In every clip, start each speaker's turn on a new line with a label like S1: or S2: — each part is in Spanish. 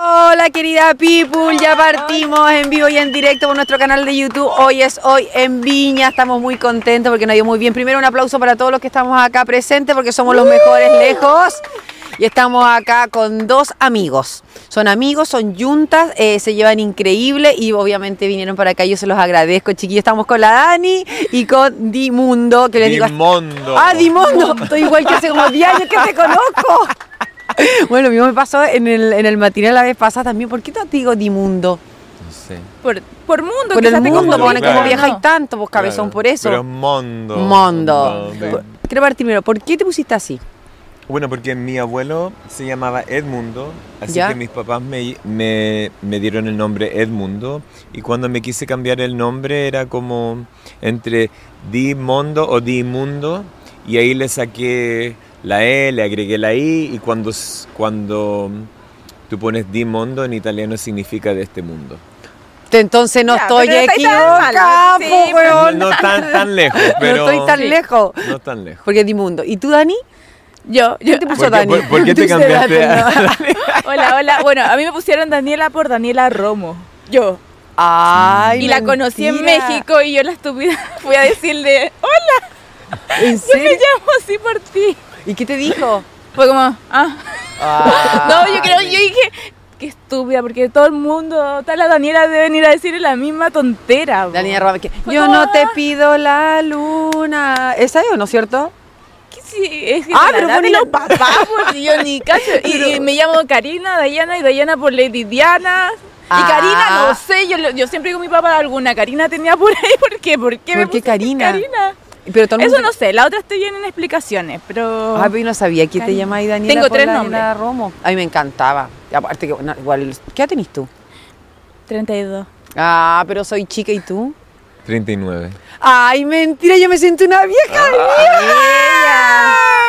S1: Hola querida people, ya partimos en vivo y en directo por nuestro canal de YouTube. Hoy es hoy en Viña, estamos muy contentos porque nos ha ido muy bien. Primero un aplauso para todos los que estamos acá presentes porque somos los mejores lejos. Y estamos acá con dos amigos. Son amigos, son yuntas, eh, se llevan increíble y obviamente vinieron para acá. Yo se los agradezco, chiquillos. Estamos con la Dani y con Dimundo, que le digo...
S2: Dimondo.
S1: Ah, Dimondo, estoy igual que hace como 10 años que te conozco. Bueno, lo mismo me pasó en el, en el matinal la vez pasada también. ¿Por qué no te digo Dimundo?
S2: No sé.
S3: Por, por mundo,
S1: Por el
S3: quizás te
S1: mundo,
S3: confundí,
S1: pone
S2: porque
S1: como
S3: pero
S2: claro.
S1: viajáis
S3: no.
S1: tanto, pues cabezón,
S2: Claro.
S1: por eso.
S2: Pero es Mondo.
S1: Mondo.
S2: Mondo,
S1: Por-
S2: sí.
S1: Quiero partir primero, ¿por qué te pusiste así?
S2: Bueno, porque mi abuelo se llamaba Edmundo, así
S1: ¿Ya?
S2: que mis papás me, me, me dieron el nombre Edmundo. Y cuando me quise cambiar el nombre era como entre Dimondo o Dimundo. Y ahí le saqué la E, le agregué la I. Y cuando, s- cuando tú pones Dimondo en italiano significa de este mundo.
S1: Te- Entonces no
S3: Ya,
S1: estoy
S3: pero no estáis tan
S1: equivocada,
S3: mal, sí,
S1: po,
S3: pero-
S2: No,
S1: weón.
S2: no tan, tan lejos, pero.
S1: No estoy tan
S3: Sí.
S1: lejos.
S2: No tan lejos.
S1: Porque es Dimundo. ¿Y tú, Dani?
S3: Yo, yo
S1: ¿Qué te puso
S2: ¿Por qué-
S1: Dani?
S2: por- por qué te
S1: Tú se
S2: cambiaste
S1: das,
S2: a-
S1: ¿no?
S3: Hola, hola. Bueno, a mí me pusieron Daniela por Daniela Romo. Yo.
S1: Ay,
S3: y la conocí en
S1: mentira.
S3: México y yo la estúpida fui a decirle, hola,
S1: ¿En
S3: yo me
S1: serio?
S3: llamo así por ti.
S1: ¿Y qué te dijo?
S3: Fue como, ah. no, yo creo, yo dije, qué estúpida, porque todo el mundo, tal la Daniela debe venir a decirle la misma tontera. bo".
S1: La niña rara que
S3: Fue
S1: yo
S3: como,
S1: no te
S3: "Ah".
S1: pido la luna. ¿Esa es o no es cierto?
S3: Que sí, es que
S1: Ah,
S3: de la
S1: pero
S3: edad de
S1: ponía-
S3: los papás, pues, y yo ni caso. Y, y me llamo Karina, Dayana, y Dayana por Lady Diana.
S1: Ah.
S3: Y Karina, no sé, yo, le- yo siempre con mi papá alguna Karina tenía por ahí, ¿por qué? ¿Por qué me
S1: ¿Por qué
S3: pusiste
S1: Karina? Pero todo el
S3: Eso
S1: mundo-
S3: no sé, la otra estoy bien en explicaciones, pero...
S1: Ah, pero yo no sabía quién te
S3: Karina.
S1: llama ahí Daniela.
S3: Tengo
S1: por
S3: tres
S1: la
S3: nombres.
S1: Daniela Romo. A mí me encantaba. Y aparte que bueno, igual ¿qué edad tenés tú?
S3: 32.
S1: Ah, pero soy chica y tú.
S2: 39.
S1: Ay, mentira, yo me siento una vieja.
S3: Ah,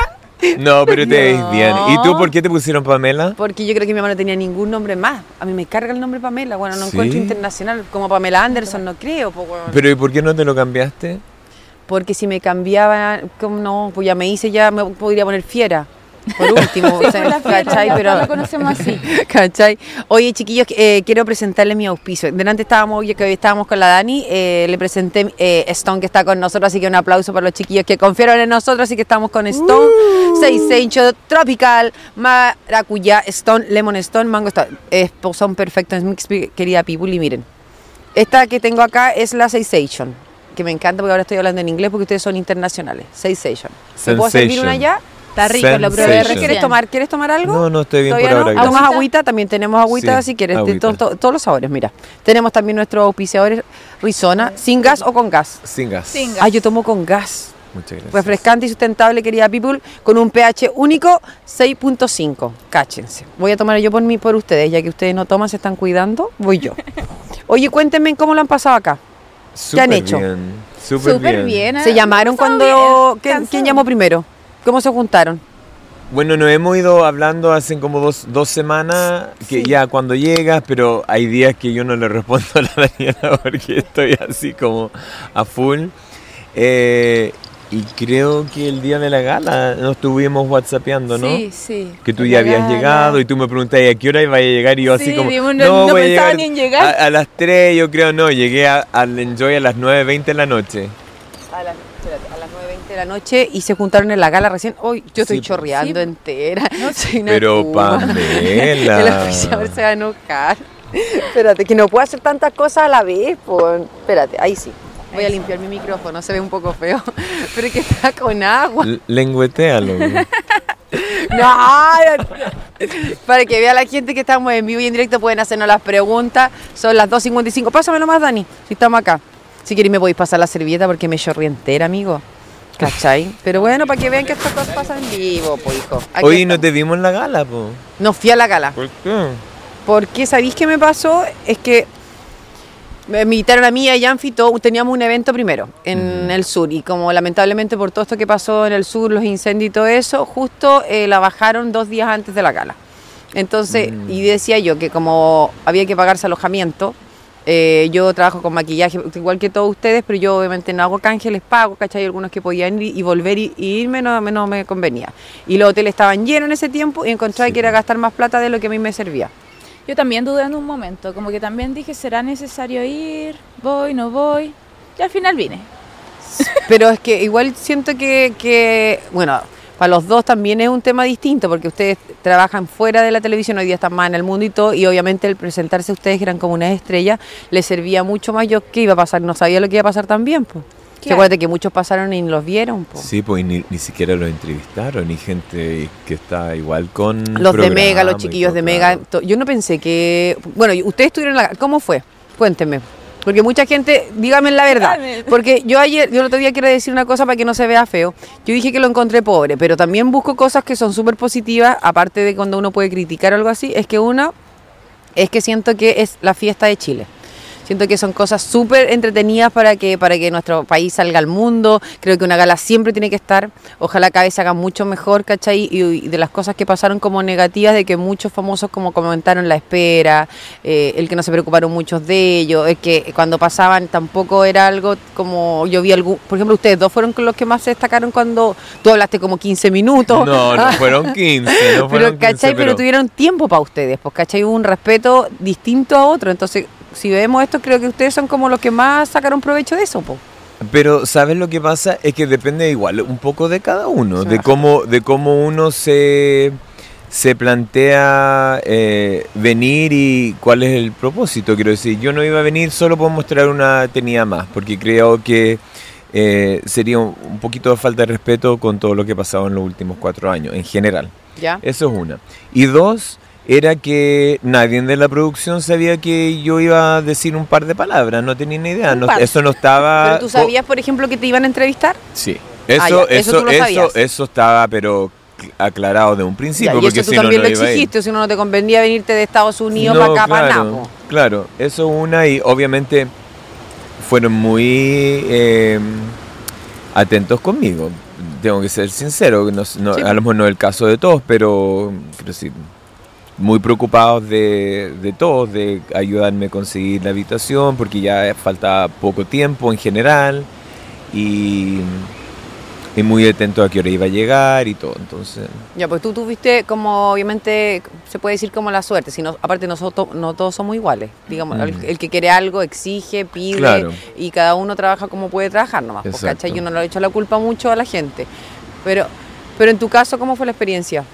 S2: No, pero te veis
S1: No.
S2: bien. ¿Y tú por qué te pusieron Pamela?
S1: Porque yo creo que mi mamá no tenía ningún nombre más. A mí me carga el nombre Pamela. Bueno, no
S2: Sí.
S1: encuentro internacional como Pamela Anderson, no creo. po, weón.
S2: Pero ¿y por qué no te lo cambiaste?
S1: Porque si me cambiaba, como no, pues ya me hice, ya me podría poner fiera. Por último, o sea, ¿cachai? Pero,
S3: Lo conocemos así.
S1: ¿Cachai? Oye, chiquillos, eh, quiero presentarles mi auspicio. Delante estábamos, ya que hoy estábamos con la Dani, eh, le presenté eh, Stone que está con nosotros, así que un aplauso para los chiquillos que confiaron en nosotros, así que estamos con Stone,
S3: Uh.
S1: Seisencho, Tropical, Maracuyá, Stone, Lemon Stone, Mango Stone. Eh, son perfectos, mix, querida people, y miren. Esta que tengo acá es la Sensation, que me encanta porque ahora estoy hablando en inglés porque ustedes son internacionales. Sensation. ¿Me puedo servir
S2: Sensation.
S1: una ya?
S3: Está rico, lo probé
S2: Sensation.
S3: recién.
S1: ¿Quieres tomar, ¿Quieres tomar algo?
S2: No, no, estoy bien
S1: Todavía
S2: por ahora.
S1: no.
S2: gracias.
S1: Tomas agüita, también tenemos agüita
S2: Sí,
S1: si quieres, de
S2: agüita.
S1: to- to- todos los sabores, mira. Tenemos también nuestros auspiciadores Rizona, sin gas o con gas.
S2: Sin gas.
S3: Sin gas.
S1: Ah, yo tomo con gas.
S2: Muchas gracias.
S1: Refrescante y sustentable, querida people, con un pH único 6.5. Cáchense. Voy a tomar yo por mí, por ustedes, ya que ustedes no toman, se están cuidando, voy yo. Oye, cuéntenme cómo lo han pasado acá.
S2: Súper
S1: han hecho?
S2: bien, Súper bien.
S1: ¿Se llamaron cuando... ¿Quién- ¿Quién
S3: cansado.
S1: llamó primero? ¿Cómo se juntaron?
S2: Bueno, nos hemos ido hablando hace como dos, dos semanas, que ya cuando llegas, pero hay días que yo no le respondo a la Daniela porque estoy así como a full. Eh, y creo que el día de la gala nos estuvimos whatsappeando, ¿no?
S3: Sí, sí.
S2: Que tú ya habías llegado y tú me preguntabas a qué hora iba a llegar y yo así
S3: Sí,
S2: como...
S3: digo, no- no
S2: voy a
S3: pensaba ni en llegar".
S2: A, a las 3 yo creo, no, llegué a- al Enjoy a las 9.20 de la noche.
S1: A las, espérate, a las 9.20 de la noche y se juntaron en la gala recién. Hoy yo estoy
S2: Sí, po.
S1: chorreando
S3: Sí.
S1: entera. Soy una
S2: Pero
S1: cuba.
S2: Pamela...
S1: El auspiciador se va a enojar. Espérate, que no puedo hacer tantas cosas a la vez. po. Espérate, ahí sí. Voy a limpiar mi micrófono, se ve un poco feo, pero es que está con agua.
S2: L- Lengüetéalo.
S1: No, para que vea la gente que estamos en vivo y en directo, pueden hacernos las preguntas. Son las 2.55. Pásame nomás, Dani, si estamos acá. Si queréis me podéis pasar la servilleta porque me chorrí entera, amigo. ¿Cachai? Pero bueno, para que vean que estas cosas pasan en vivo, pues hijo. Aquí
S2: Hoy no
S1: estamos.
S2: te vimos en la gala, po.
S1: No fui a la gala.
S2: ¿Por qué?
S1: Porque sabéis qué me pasó? Es que me invitaron a mí y a Yanfi, todo- teníamos un evento primero en
S2: Ujú.
S1: el sur y como lamentablemente por todo esto que pasó en el sur, los incendios y todo eso, justo eh, la bajaron dos días antes de la gala. Entonces,
S2: Mm.
S1: y decía yo que como había que pagarse alojamiento, eh, yo trabajo con maquillaje, igual que todos ustedes, pero yo obviamente no hago canje, les pago, ¿cachai? Algunos que podían ir y volver y, y irme no, me- no me convenía. Y los hoteles estaban llenos en ese tiempo y encontraba
S2: Sí.
S1: que era gastar más plata de lo que a mí me servía.
S3: Yo también dudé en un momento, como que también dije, ¿será necesario ir? ¿Voy? ¿No voy? Y al final vine.
S1: Pero es que igual siento que, que, bueno, para los dos también es un tema distinto, porque ustedes trabajan fuera de la televisión, hoy día están más en el mundo y todo, y obviamente el presentarse ustedes, que eran como unas estrellas, les servía mucho más. Yo qué iba a pasar, no sabía lo que iba a pasar también, pues.
S3: Claro.
S1: Acuérdate que muchos pasaron y ni los vieron, po.
S2: Sí, pues y ni, ni siquiera lo entrevistaron, y gente que está igual con.
S1: Los de
S2: programa
S1: Mega, los
S2: y
S1: chiquillos
S2: todo,
S1: de Mega.
S2: claro.
S1: to- Yo no pensé que. Bueno, y ustedes tuvieron la. ¿Cómo fue? Cuéntenme. Porque mucha gente, dígame la verdad.
S3: Dígame.
S1: Porque yo ayer, yo el otro día quiero decir una cosa para que no se vea feo. Yo dije que lo encontré pobre, pero también busco cosas que son súper positivas, aparte de cuando uno puede criticar o algo así. Es que una, es que siento que es la fiesta de Chile. Siento que son cosas súper entretenidas para que, para que nuestro país salga al mundo. Creo que una gala siempre tiene que estar. Ojalá cada vez se haga mucho mejor, ¿cachai? Y, y de las cosas que pasaron como negativas, de que muchos famosos como comentaron la espera, eh, el que no se preocuparon muchos de ellos, el que cuando pasaban tampoco era algo como yo vi algún... Por ejemplo, ustedes dos fueron con los que más se destacaron cuando tú hablaste como 15 minutos.
S2: No, no fueron 15. No fueron
S1: Pero,
S2: 15,
S1: ¿cachai? pero... tuvieron tiempo para ustedes, pues, ¿cachai? Hubo un respeto distinto a otro. Entonces, si vemos esto, creo que ustedes son como los que más sacaron provecho de eso, pues, po.
S2: Pero sabes lo que pasa es que depende igual un poco de cada uno,
S1: Sí.
S2: de cómo de cómo uno se se plantea eh, venir y cuál es el propósito. Quiero decir, yo no iba a venir solo por mostrar una tenía más, porque creo que eh, sería un un poquito de falta de respeto con todo lo que ha pasado en los últimos cuatro años, en general.
S1: ¿Ya?
S2: Eso es una. Y dos, era que nadie de la producción sabía que yo iba a decir un par de palabras, no tenía ni idea.
S1: Un
S2: no-
S1: par.
S2: eso no estaba...
S1: Pero tú
S2: co-
S1: sabías, por ejemplo, que te iban a entrevistar.
S2: Sí.
S1: Ah,
S2: Eso,
S1: ya, eso tú
S2: eso,
S1: lo
S2: eso,
S1: sabías.
S2: eso estaba, pero cl- aclarado de un
S1: Ya,
S2: principio.
S1: y
S2: porque
S1: eso tú
S2: si no,
S1: también
S2: no
S1: lo
S2: iba a ir.
S1: exigiste, si no, no te convenía venirte de Estados Unidos
S2: No,
S1: para acá, para nada,
S2: claro,
S1: po.
S2: claro, eso una y obviamente fueron muy eh, atentos conmigo. Tengo que ser sincero, no s- no-
S1: Sí.
S2: a lo mejor no es el caso de todos, pero, pero sí, muy preocupados de, de todos, de ayudarme a conseguir la habitación, porque ya faltaba poco tiempo en general y, y muy atentos a qué hora iba a llegar y todo. Entonces,
S1: Ya, pues tú tuviste como, obviamente, se puede decir como la suerte, sino aparte nosotros no todos somos iguales, digamos,
S2: Mm.
S1: el, el que quiere algo exige, pide
S2: Claro.
S1: y cada uno trabaja como puede trabajar nomás, pues,
S2: Exacto.
S1: ¿cachai? Yo no le he hecho la culpa mucho a la gente, pero, pero en tu caso, ¿cómo fue la experiencia?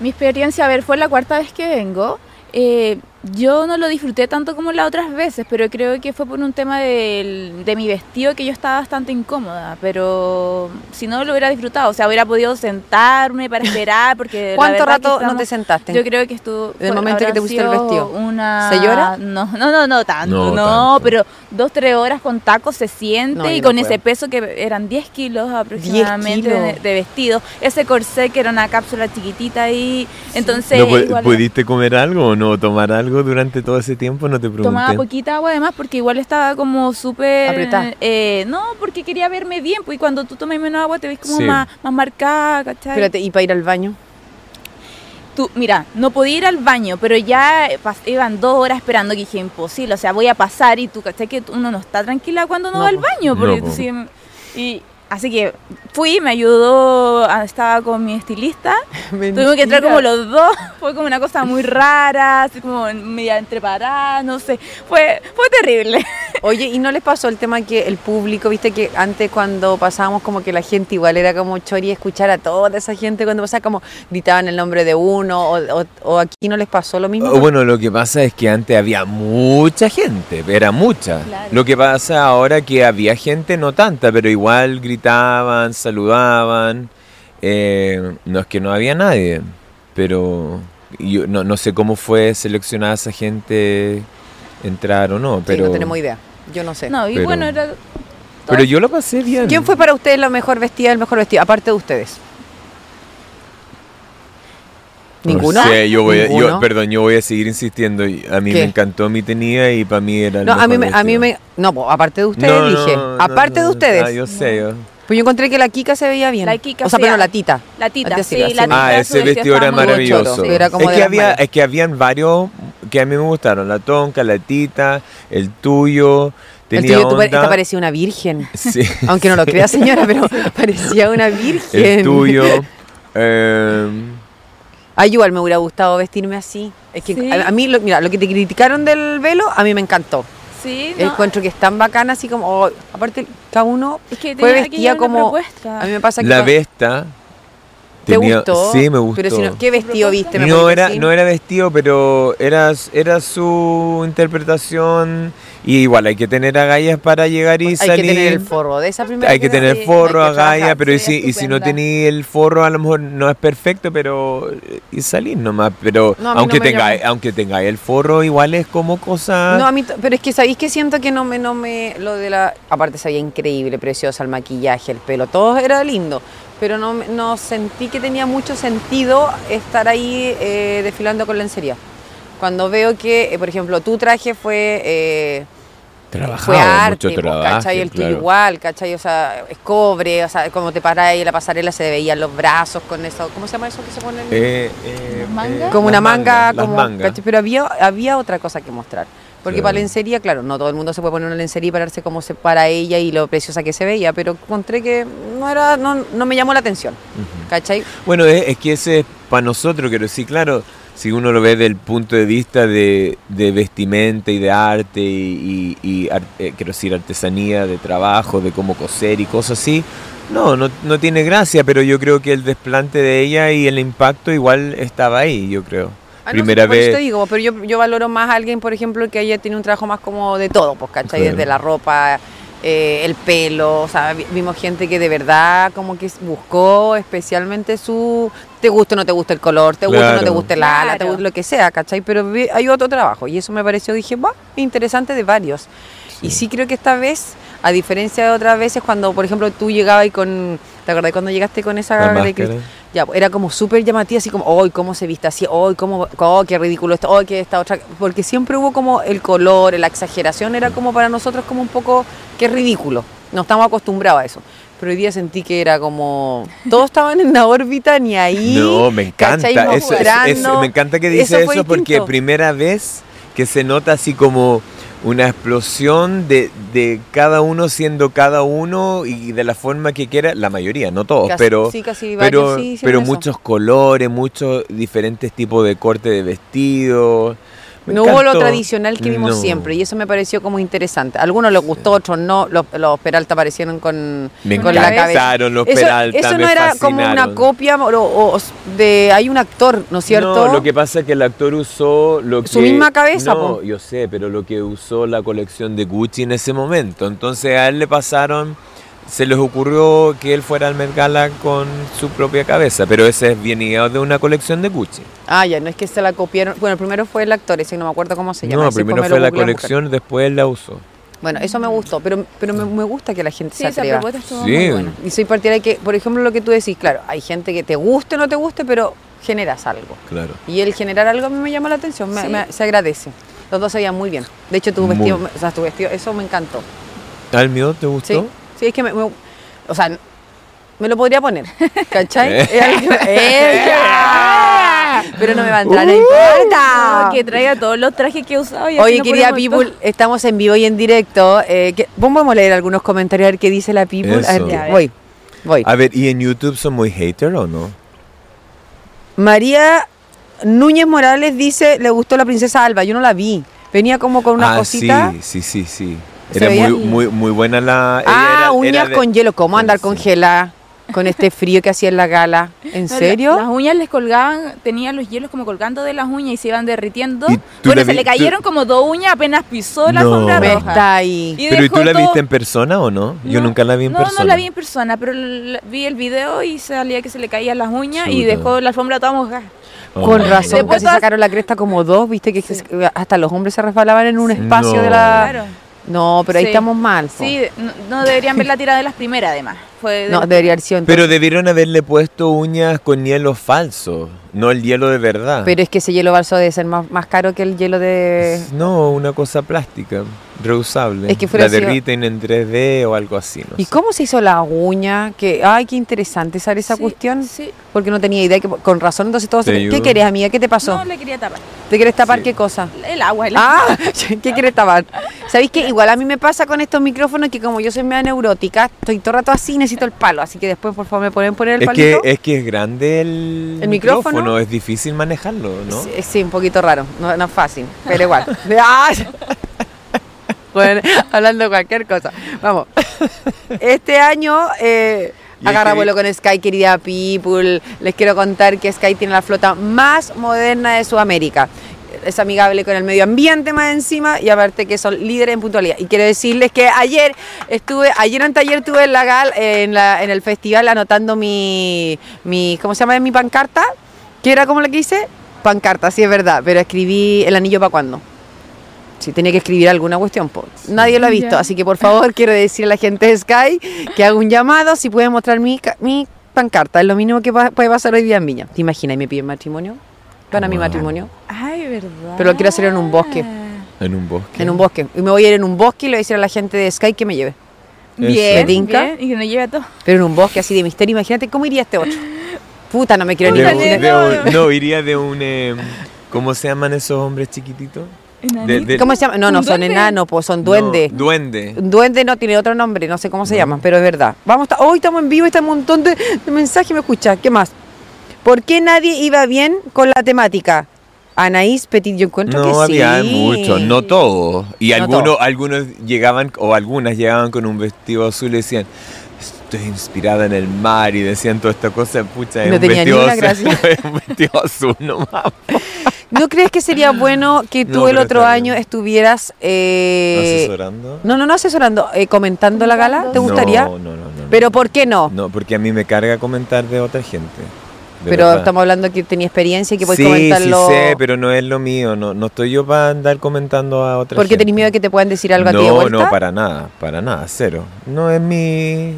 S3: Mi experiencia, a ver, fue la cuarta vez que vengo. Eh, yo no lo disfruté tanto como las otras veces, pero creo que fue por un tema del- de mi vestido que yo estaba bastante incómoda. Pero si no lo hubiera disfrutado, o sea, hubiera podido sentarme para esperar, porque. la
S1: ¿Cuánto
S3: verdad que
S1: rato no
S3: estamos-
S1: te sentaste?
S3: Yo creo que estuvo.
S1: Del momento que te
S3: habrán
S1: pusiste el
S3: sido
S1: vestido.
S3: Una...
S1: ¿Se llora?
S3: No, no, no, no tanto.
S2: No
S3: No,
S2: tanto.
S3: pero dos, tres horas con tacos se siente
S1: No, yo
S3: y
S1: no
S3: con ese
S1: puedo.
S3: peso que eran 10 kilos aproximadamente de-
S1: kilos.
S3: De, vestido. Ese corsé que era una cápsula chiquitita ahí. Entonces,
S2: ¿No pues, pu-
S3: igual
S2: ¿Pudiste comer algo o no? ¿Tomar algo durante todo ese tiempo? No te pregunté.
S3: tomaba poquita agua además porque igual estaba como
S1: Apretada.
S3: súper. eh, no, porque quería verme bien. Pues y cuando tú tomas menos agua te ves como
S2: Sí.
S3: más, más marcada, ¿cachai?
S1: Espérate, ¿y para ir al baño?
S3: Tú, mira, no podía ir al baño, pero ya pas- iban dos horas esperando que dije imposible, o sea, voy a pasar y tú, ¿cachai? Que uno no está tranquila cuando no,
S1: No,
S3: va al
S1: po.
S3: baño,
S2: No,
S3: porque
S2: po.
S3: tú sí- y así que fui, me ayudó, ah, estaba con mi estilista, tuvimos que entrar como los dos, fue como una cosa muy rara, así como media entreparada, no sé, fue, fue terrible.
S1: Oye, ¿y no les pasó el tema que el público, viste que antes cuando pasábamos como que la gente igual era como chori escuchar a toda esa gente cuando pasaba como gritaban el nombre de uno o, o- o aquí no les pasó lo mismo?
S2: Oh, Bueno, lo que pasa es que antes había mucha gente, era mucha.
S3: Claro.
S2: Lo que pasa ahora que había gente, no tanta, pero igual gritaban, saludaban. Eh, no es que no había nadie, pero yo no, no sé cómo fue seleccionada esa gente entrar o no,
S1: Sí,
S2: pero,
S1: no tenemos idea, yo no sé.
S3: No, y
S2: Pero-
S3: bueno, era...
S2: pero yo lo pasé bien.
S1: ¿Quién fue para ustedes la mejor vestida, el mejor vestido, aparte de ustedes?
S2: No
S1: ¿Ninguno?
S2: sé, Pues yo voy a- yo-
S1: ¿Ninguno?
S2: perdón, yo voy a seguir insistiendo. y A mí
S1: ¿Qué?
S2: me encantó mi tenía y para mí era el
S1: No, a mí, me,
S2: mejor
S1: a mí
S2: vestido.
S1: me... No, po, aparte de ustedes
S2: No, no,
S1: dije.
S2: no,
S1: aparte
S2: no,
S1: de
S2: no.
S1: ustedes.
S2: Ah, yo sé. yo-
S1: Pues yo encontré que la Kika se veía bien.
S3: La Kika
S1: O sea,
S3: se
S1: pero
S3: veía-
S1: la Tita.
S3: La tita,
S1: Antes sí la
S3: sí, la
S1: hacía.
S3: tita,
S2: Ah,
S3: su
S2: ese vestido
S3: estaba
S2: era
S3: muy
S2: maravilloso.
S1: choto,
S3: sí.
S1: era como
S2: es,
S1: de
S2: que
S1: las
S2: había,
S1: malas.
S2: es que habían varios que a mí me gustaron. La tonca, la tita, el tuyo.
S1: El
S2: Tenía
S1: tuyo, tú pare- Ah,
S2: onda.
S1: esta parecía una virgen.
S2: Sí,
S1: Aunque no lo crea, señora, pero parecía una virgen.
S2: el tuyo. eh,
S1: Ay, igual me hubiera gustado vestirme así. Es que
S3: Sí.
S1: a, a mí, lo- mira, lo que te criticaron del velo, a mí me encantó.
S3: Sí,
S1: El
S3: no,
S1: Encuentro que es tan bacana, así como. oh, aparte, cada uno
S3: Es
S1: fue
S3: que tenía que
S1: vestida
S3: llevar una
S1: como.
S3: propuesta.
S1: A mí me pasa que.
S2: La
S1: cuando-
S2: vesta.
S1: ¿Te
S2: tenía-
S1: gustó?
S2: Sí, me gustó.
S1: Pero si no, ¿Qué vestido viste? ¿Me
S2: no
S1: podéis
S2: era,
S1: decir?
S2: no era vestido, pero era, era su interpretación. Y igual, hay que tener agallas para llegar y
S1: Hay que
S2: salir.
S1: tener el forro de esa primera.
S2: Hay que tener
S3: Sí,
S2: forro,
S1: hay que
S2: agalla,
S1: trabajar,
S2: pero y
S3: sí,
S2: si, y si no
S3: estupenda.
S2: tenéis el forro, a lo mejor no es perfecto, pero eh, y salir nomás. Pero
S1: No, a mí no
S2: aunque,
S1: me
S2: tengáis,
S1: llamó.
S2: aunque tengáis el forro, igual es como cosa.
S1: No, a mí, t- pero es que sabéis que siento que no me, no me, lo de la, aparte sabía increíble, preciosa, el maquillaje, el pelo, todo era lindo, pero no, me- no sentí que tenía mucho sentido estar ahí eh, desfilando con lencería. Cuando veo que, eh, por ejemplo, tu traje fue, eh, fue
S2: Trabajado,
S1: arte,
S2: mucho
S1: po,
S2: trabajo.
S1: ¿cachai? El tuyo
S2: claro.
S1: igual, ¿cachai? O sea, es cobre, o sea, como te parás ahí en la pasarela se veían los brazos con eso, ¿cómo se llama eso que se pone? en-
S2: Eh, eh,
S3: ¿Las
S2: eh,
S3: mangas?
S1: como una
S2: las
S1: manga,
S2: mangas, las
S1: como,
S2: mangas.
S1: ¿cachai? pero había, había otra cosa que mostrar. Porque
S2: Claro.
S1: para lencería, claro, no todo el mundo se puede poner una lencería y pararse como se para ella y lo preciosa que se veía, pero encontré que no era no, no me llamó la atención,
S2: Ujú.
S1: ¿cachai?
S2: Bueno, es, es que ese es para nosotros, quiero decir, claro, si uno lo ve desde el punto de vista de, de vestimenta y de arte y, y- y ar- eh, quiero decir, artesanía, de trabajo, de cómo coser y cosas así, no, no, no tiene gracia, pero yo creo que el desplante de ella y el impacto igual estaba ahí, yo creo.
S1: Ah, no,
S2: Primera
S1: sí, por eso
S2: vez.
S1: te digo, pero yo, yo valoro más a alguien, por ejemplo, que haya tenido un trabajo más como de todo, pues, ¿cachai?
S2: Claro.
S1: Desde la ropa, eh, el pelo, o sea, vi- vimos gente que de verdad como que buscó especialmente su... Te gusta o no te gusta el color, te gusta o no te
S2: Claro.
S1: gusta el ala, te
S3: Claro.
S1: gusta lo que sea, ¿cachai? Pero vi- hay otro trabajo y eso me pareció, dije, va, interesante de varios. Y sí creo que esta vez, a diferencia de otras veces, cuando, por ejemplo, tú llegabas y con... ¿Te acordás cuando llegaste con esa...
S2: La
S1: de
S2: máscara.
S1: cristal? Ya, pues, era como súper llamativa, así como, hoy cómo se viste así, hoy cómo, oh, qué ridículo esto, hoy qué esta otra. Porque siempre hubo como el color, la exageración, era como para nosotros como un poco, qué ridículo. No estamos acostumbrados a eso. Pero hoy día sentí que era como, todos estaban en la órbita ni ahí.
S2: No, me encanta.
S1: ¿cachai?
S2: eso- eso-
S1: Mostrando.
S2: eso- me encanta que dice eso,
S1: fue
S2: porque
S1: distinto.
S2: primera vez que se nota así como una explosión de, de cada uno siendo cada uno y de la forma que quiera, la mayoría, no todos,
S1: Casi-
S2: pero
S1: sí, casi varios
S2: pero,
S1: sí hicieron
S2: pero
S1: eso.
S2: muchos colores, muchos diferentes tipos de corte de vestido. Me
S1: No hubo lo
S2: encantó.
S1: tradicional que vimos
S2: No.
S1: siempre y eso me pareció como interesante. A algunos les gustó, otros no. Los, los Peralta aparecieron con,
S2: Me
S1: con la cabeza.
S2: encantaron los
S1: eso,
S2: Peralta,
S1: eso
S2: me
S1: no era como una
S2: fascinaron.
S1: copia o- o- de... Hay un actor, ¿no es cierto?
S2: No, lo que pasa es que el actor usó lo que...
S1: Su misma cabeza,
S2: No,
S1: po.
S2: yo sé, pero lo que usó la colección de Gucci en ese momento. Entonces a él le pasaron... Se les ocurrió que él fuera al Met Gala con su propia cabeza, pero ese es bien ideado de una colección de Gucci.
S1: Ah, ya, no es que se la copiaron. Bueno, primero fue el actor, ese no me acuerdo cómo se llama.
S2: No,
S1: ese
S2: primero
S1: me lo
S2: fue la
S1: googleé, mujer.
S2: colección, después él la usó.
S1: Bueno, eso me gustó, pero, pero me, me gusta que la gente
S3: Sí,
S1: se
S3: esa
S1: atreva.
S3: propuesta estuvo
S2: Sí.
S3: muy buena.
S1: Y soy partidaria de que, por ejemplo, lo que tú decís, claro, hay gente que te guste o no te guste, pero generas algo.
S2: Claro.
S1: Y el generar algo a mí me llama la atención, me-
S3: Sí.
S1: me- se agradece. Los dos se veían muy bien. De hecho, tu
S2: Muy.
S1: vestido, o sea, tu vestido, eso me encantó.
S2: ¿Al mío te gustó?
S1: Sí, sí es que me, me- o sea, me lo podría poner, ¿cachai? Es algo que-
S2: Eh.
S1: ¡Ella! Pero no me va a
S2: Uh.
S1: entrar, no importa.
S3: No, que traiga todos los trajes que he usado. y así
S1: Oye,
S3: no
S1: querida
S3: ponemos todo.
S1: People, estamos en vivo y en directo. Eh, que- vamos a leer algunos comentarios a ver qué dice la People. A ver,
S2: Eso.
S1: ya, voy, voy.
S2: A ver, ¿y en YouTube son muy hater o no?
S1: María Núñez Morales dice, le gustó la princesa Alba. Yo no la vi. Venía como con una
S2: ah,
S1: cosita.
S2: sí, sí, sí, sí.
S1: Se
S2: Era
S1: veía-
S2: muy, muy, muy buena la... ella
S1: Ah,
S2: era- era
S1: uñas
S2: de-
S1: con hielo. ¿Cómo andar
S2: Sí.
S1: congelada con este frío que hacía en la gala? ¿En
S3: No, la-
S1: serio?
S3: Las uñas les colgaban, tenía los hielos como colgando de las uñas y se iban derritiendo.
S2: ¿Y tú
S3: Bueno,
S2: la
S3: se
S2: vi-
S3: le
S2: tú-
S3: cayeron como dos uñas apenas pisó la
S2: No.
S3: sombra
S1: Me
S2: roja.
S1: está ahí.
S3: Y
S2: Pero ¿y
S3: dejó
S2: tú la
S3: todo-
S2: viste en persona o no? Yo
S3: No,
S2: nunca la vi en
S3: no,
S2: persona.
S3: No, la vi en persona, pero l- vi el video y salía que se le caían las uñas y
S2: Chuta.
S3: dejó la alfombra toda mojada.
S2: Oh.
S1: Con razón,
S3: Después
S1: casi
S3: todas-
S1: sacaron la cresta como dos, viste que se- hasta los hombres se resbalaban en un espacio de la...
S3: Claro.
S1: No, pero ahí
S3: Sí.
S1: estamos mal. po.
S3: Sí, de- no, no deberían verla tirada de las primeras, además. Fue de
S1: No,
S3: las-
S1: debería haber sido en
S2: Pero debieron haberle puesto uñas con hielo falso, no el hielo de verdad.
S1: Pero es que ese hielo balso debe ser más, más caro que el hielo de...
S2: No, una cosa plástica, reusable.
S1: Es que fuera
S2: la
S1: sido-
S2: derriten en 3D o algo así. No
S1: ¿Y
S2: sé.
S1: cómo se hizo la uña? Que, ay, qué interesante saber esa
S3: Sí,
S1: cuestión.
S3: Sí.
S1: Porque no tenía idea, que con razón, entonces todos...
S2: Te
S1: se- ¿Qué
S2: ayudo.
S1: querés, amiga? ¿Qué te pasó?
S3: No le quería tapar.
S1: ¿Te quieres tapar
S2: Sí.
S1: qué cosa?
S3: El agua. el agua.
S1: Ah, ¿qué quieres tapar? ¿Sabéis que igual a mí me pasa con estos micrófonos que como yo soy media neurótica, estoy todo el rato así, necesito el palo, así que después por favor me pueden poner el
S2: Es que,
S1: palito.
S2: es que es grande el,
S1: ¿El micrófono?
S2: es difícil manejarlo, ¿no?
S1: Sí, sí, un poquito raro, no, no es fácil, pero igual. ¡Ay! Bueno, hablando de cualquier cosa. Vamos. Este año eh,
S2: Y hay
S1: agarra
S2: que-
S1: vuelo con Sky, querida people. Les quiero contar que Sky tiene la flota más moderna de Sudamérica. Es amigable con el medio ambiente más encima y aparte que son líderes en puntualidad. Y quiero decirles que ayer estuve, ayer anteayer estuve en la GAL, en, la- en el festival anotando mi, mi, ¿cómo se llama? Mi pancarta, que era como la que hice, pancarta, sí es verdad, pero escribí el anillo para cuándo. Si tenía que escribir alguna cuestión, po. nadie lo ha visto.
S3: Ya.
S1: Así que por favor quiero decir a la gente de Sky que haga un llamado si pueden mostrar mi, ca- mi pancarta. Es lo mínimo que pa- puede pasar hoy día en Viña. ¿Te imaginas? ¿Y me piden matrimonio? Van a mi
S2: Wow.
S1: matrimonio
S3: Ay, verdad.
S1: Pero lo quiero hacer en un bosque.
S2: En un bosque.
S1: en un bosque. Y me voy a ir en un bosque y le voy a decir a la gente de Sky que me lleve.
S2: Eso.
S3: Bien, ¿Eh? bien,
S1: Tinca?
S3: y que no lleve a todo.
S1: Pero en un bosque así de misterio, imagínate cómo iría este otro. Puta, no me quiero ni
S2: De un-
S3: Puta,
S1: imaginar.
S2: de un-
S3: no, no.
S2: no, iría de un... eh, ¿Cómo se llaman esos hombres chiquititos?
S3: Enanito.
S2: de-
S1: ¿Cómo se llama? No, no,
S3: ¿Un
S1: son
S3: duende?
S1: enanos, po, son duendes.
S2: No, duende.
S1: Un Duende no tiene otro nombre, no sé cómo se llaman, pero es verdad. Vamos, ta- hoy estamos en vivo, está un montón de, de mensajes, me escucha. ¿Qué más? ¿Por qué nadie iba bien con la temática? Anaís Petit, yo encuentro que
S2: No había
S1: sí.
S2: muchos, no todos. Y
S1: No
S2: algunos,
S1: todos.
S2: algunos llegaban, o algunas llegaban con un vestido azul y decían, estoy inspirada en el mar y decían toda esta cosa, pucha, es
S1: No
S2: un,
S1: tenía ni
S2: vestido
S1: una
S2: azul,
S1: gracia.
S2: es un vestido azul nomás.
S1: ¿No crees que sería bueno que tú
S2: No,
S1: el
S2: pero
S1: otro
S2: está bien.
S1: año estuvieras... eh,
S2: ¿Asesorando?
S1: no, no, no asesorando, eh, comentando la gala, ¿te
S3: No.
S1: gustaría?
S2: No, no, no, no, no.
S1: Pero ¿por qué no?
S2: No, porque a mí me carga comentar de otra gente. de
S1: Pero
S2: verdad.
S1: estamos hablando que tenía experiencia y que puedes
S2: sí,
S1: comentarlo.
S2: Sí, sé, pero no es lo mío. No, no estoy yo para andar comentando a otra
S1: Porque
S2: gente.
S1: tenés miedo de que te puedan decir algo
S2: no,
S1: a ti de vuelta.
S2: No, para nada, para nada, cero. No es mi...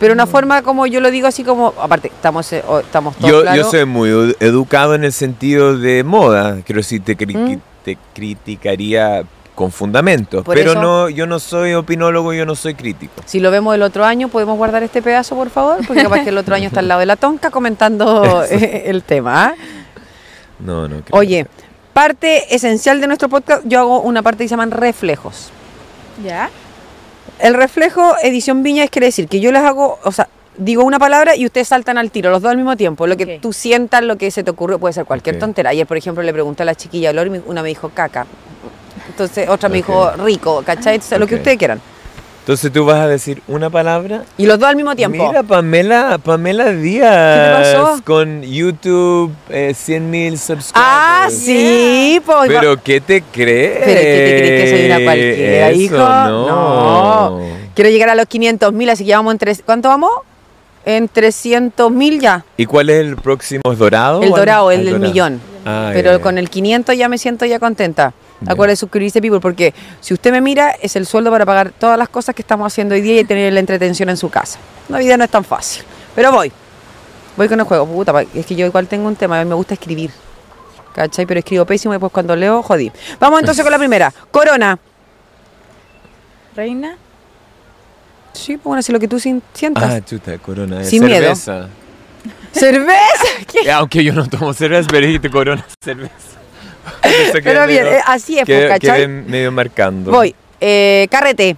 S1: Pero
S2: Mm.
S1: una forma como yo lo digo así como, aparte, estamos, eh, o- estamos todos
S2: Yo,
S1: claros.
S2: yo soy muy edu- educado en el sentido de moda. Creo que sí te, cri-
S1: ¿Mm?
S2: te criticaría con fundamentos.
S1: Por
S2: pero
S1: eso-
S2: no, yo no soy opinólogo, yo no soy crítico.
S1: Si lo vemos el otro año, ¿podemos guardar este pedazo, por favor? Porque capaz que el otro año está al lado de la tonca comentando eh, el tema. ¿ah?
S2: No, no creo.
S1: Oye, parte esencial de nuestro podcast, yo hago una parte que se llaman reflejos.
S3: ¿Ya?
S1: El reflejo edición Viña es quiere decir que yo les hago, o sea, digo una palabra y ustedes saltan al tiro, los dos al mismo tiempo. Lo que
S3: Ok.
S1: tú sientas, lo que se te ocurre, puede ser cualquier
S2: Ok.
S1: tontera. Ayer, por ejemplo, le pregunté a la chiquilla olor y mi- una me dijo caca. Entonces otra me
S2: Ok.
S1: dijo rico, ¿cachai? Entonces, Lo que
S2: Ok.
S1: ustedes quieran.
S2: Entonces tú vas a decir una palabra
S1: Y los dos al mismo tiempo.
S2: Mira, pues, Pamela, Pamela Díaz.
S1: ¿Qué le pasó?
S2: Con YouTube, eh, 100 mil subscribers.
S1: ah, sí, pues.
S2: Pero ¿qué te crees?
S1: Pero ¿qué te crees que soy una cualquiera,
S2: Eso,
S1: hijo?
S2: No.
S1: Quiero llegar a los 500 mil, así que vamos en tres. ¿Cuánto vamos? En 300 mil ya.
S2: ¿Y cuál es el próximo? ¿Es dorado?
S1: El
S2: o al-
S1: dorado, el
S2: al
S1: del
S2: dorado?
S1: millón.
S2: Ah,
S1: Pero
S2: ya, ya.
S1: con el 500 ya me siento ya contenta.
S2: Ya.
S1: Acuérdense de suscribirse, people, porque si usted me mira, es el sueldo para pagar todas las cosas que estamos haciendo hoy día y tener la entretención en su casa. La vida no es tan fácil. Pero voy. Voy con el juego. Puta, pa- es que yo igual tengo un tema. A mí me gusta escribir. ¿Cachai? Pero escribo pésimo y después cuando leo, jodí. Vamos entonces con la primera. Corona.
S3: Reina.
S1: Sí, pues bueno, si lo que tú sin- sientas.
S2: Ah, chuta, corona. es
S1: Sin miedo.
S2: cerveza.
S1: ¡Cerveza! ¿Qué?
S2: Eh, Aunque yo no tomo cerveza, pero dijiste corona, cerveza. Eso quedé
S1: Pero bien,
S2: medio-
S1: eh, así es, pues,
S2: quedé-
S1: ¿cachai?
S2: quedé medio marcando.
S1: Voy. Eh, carrete.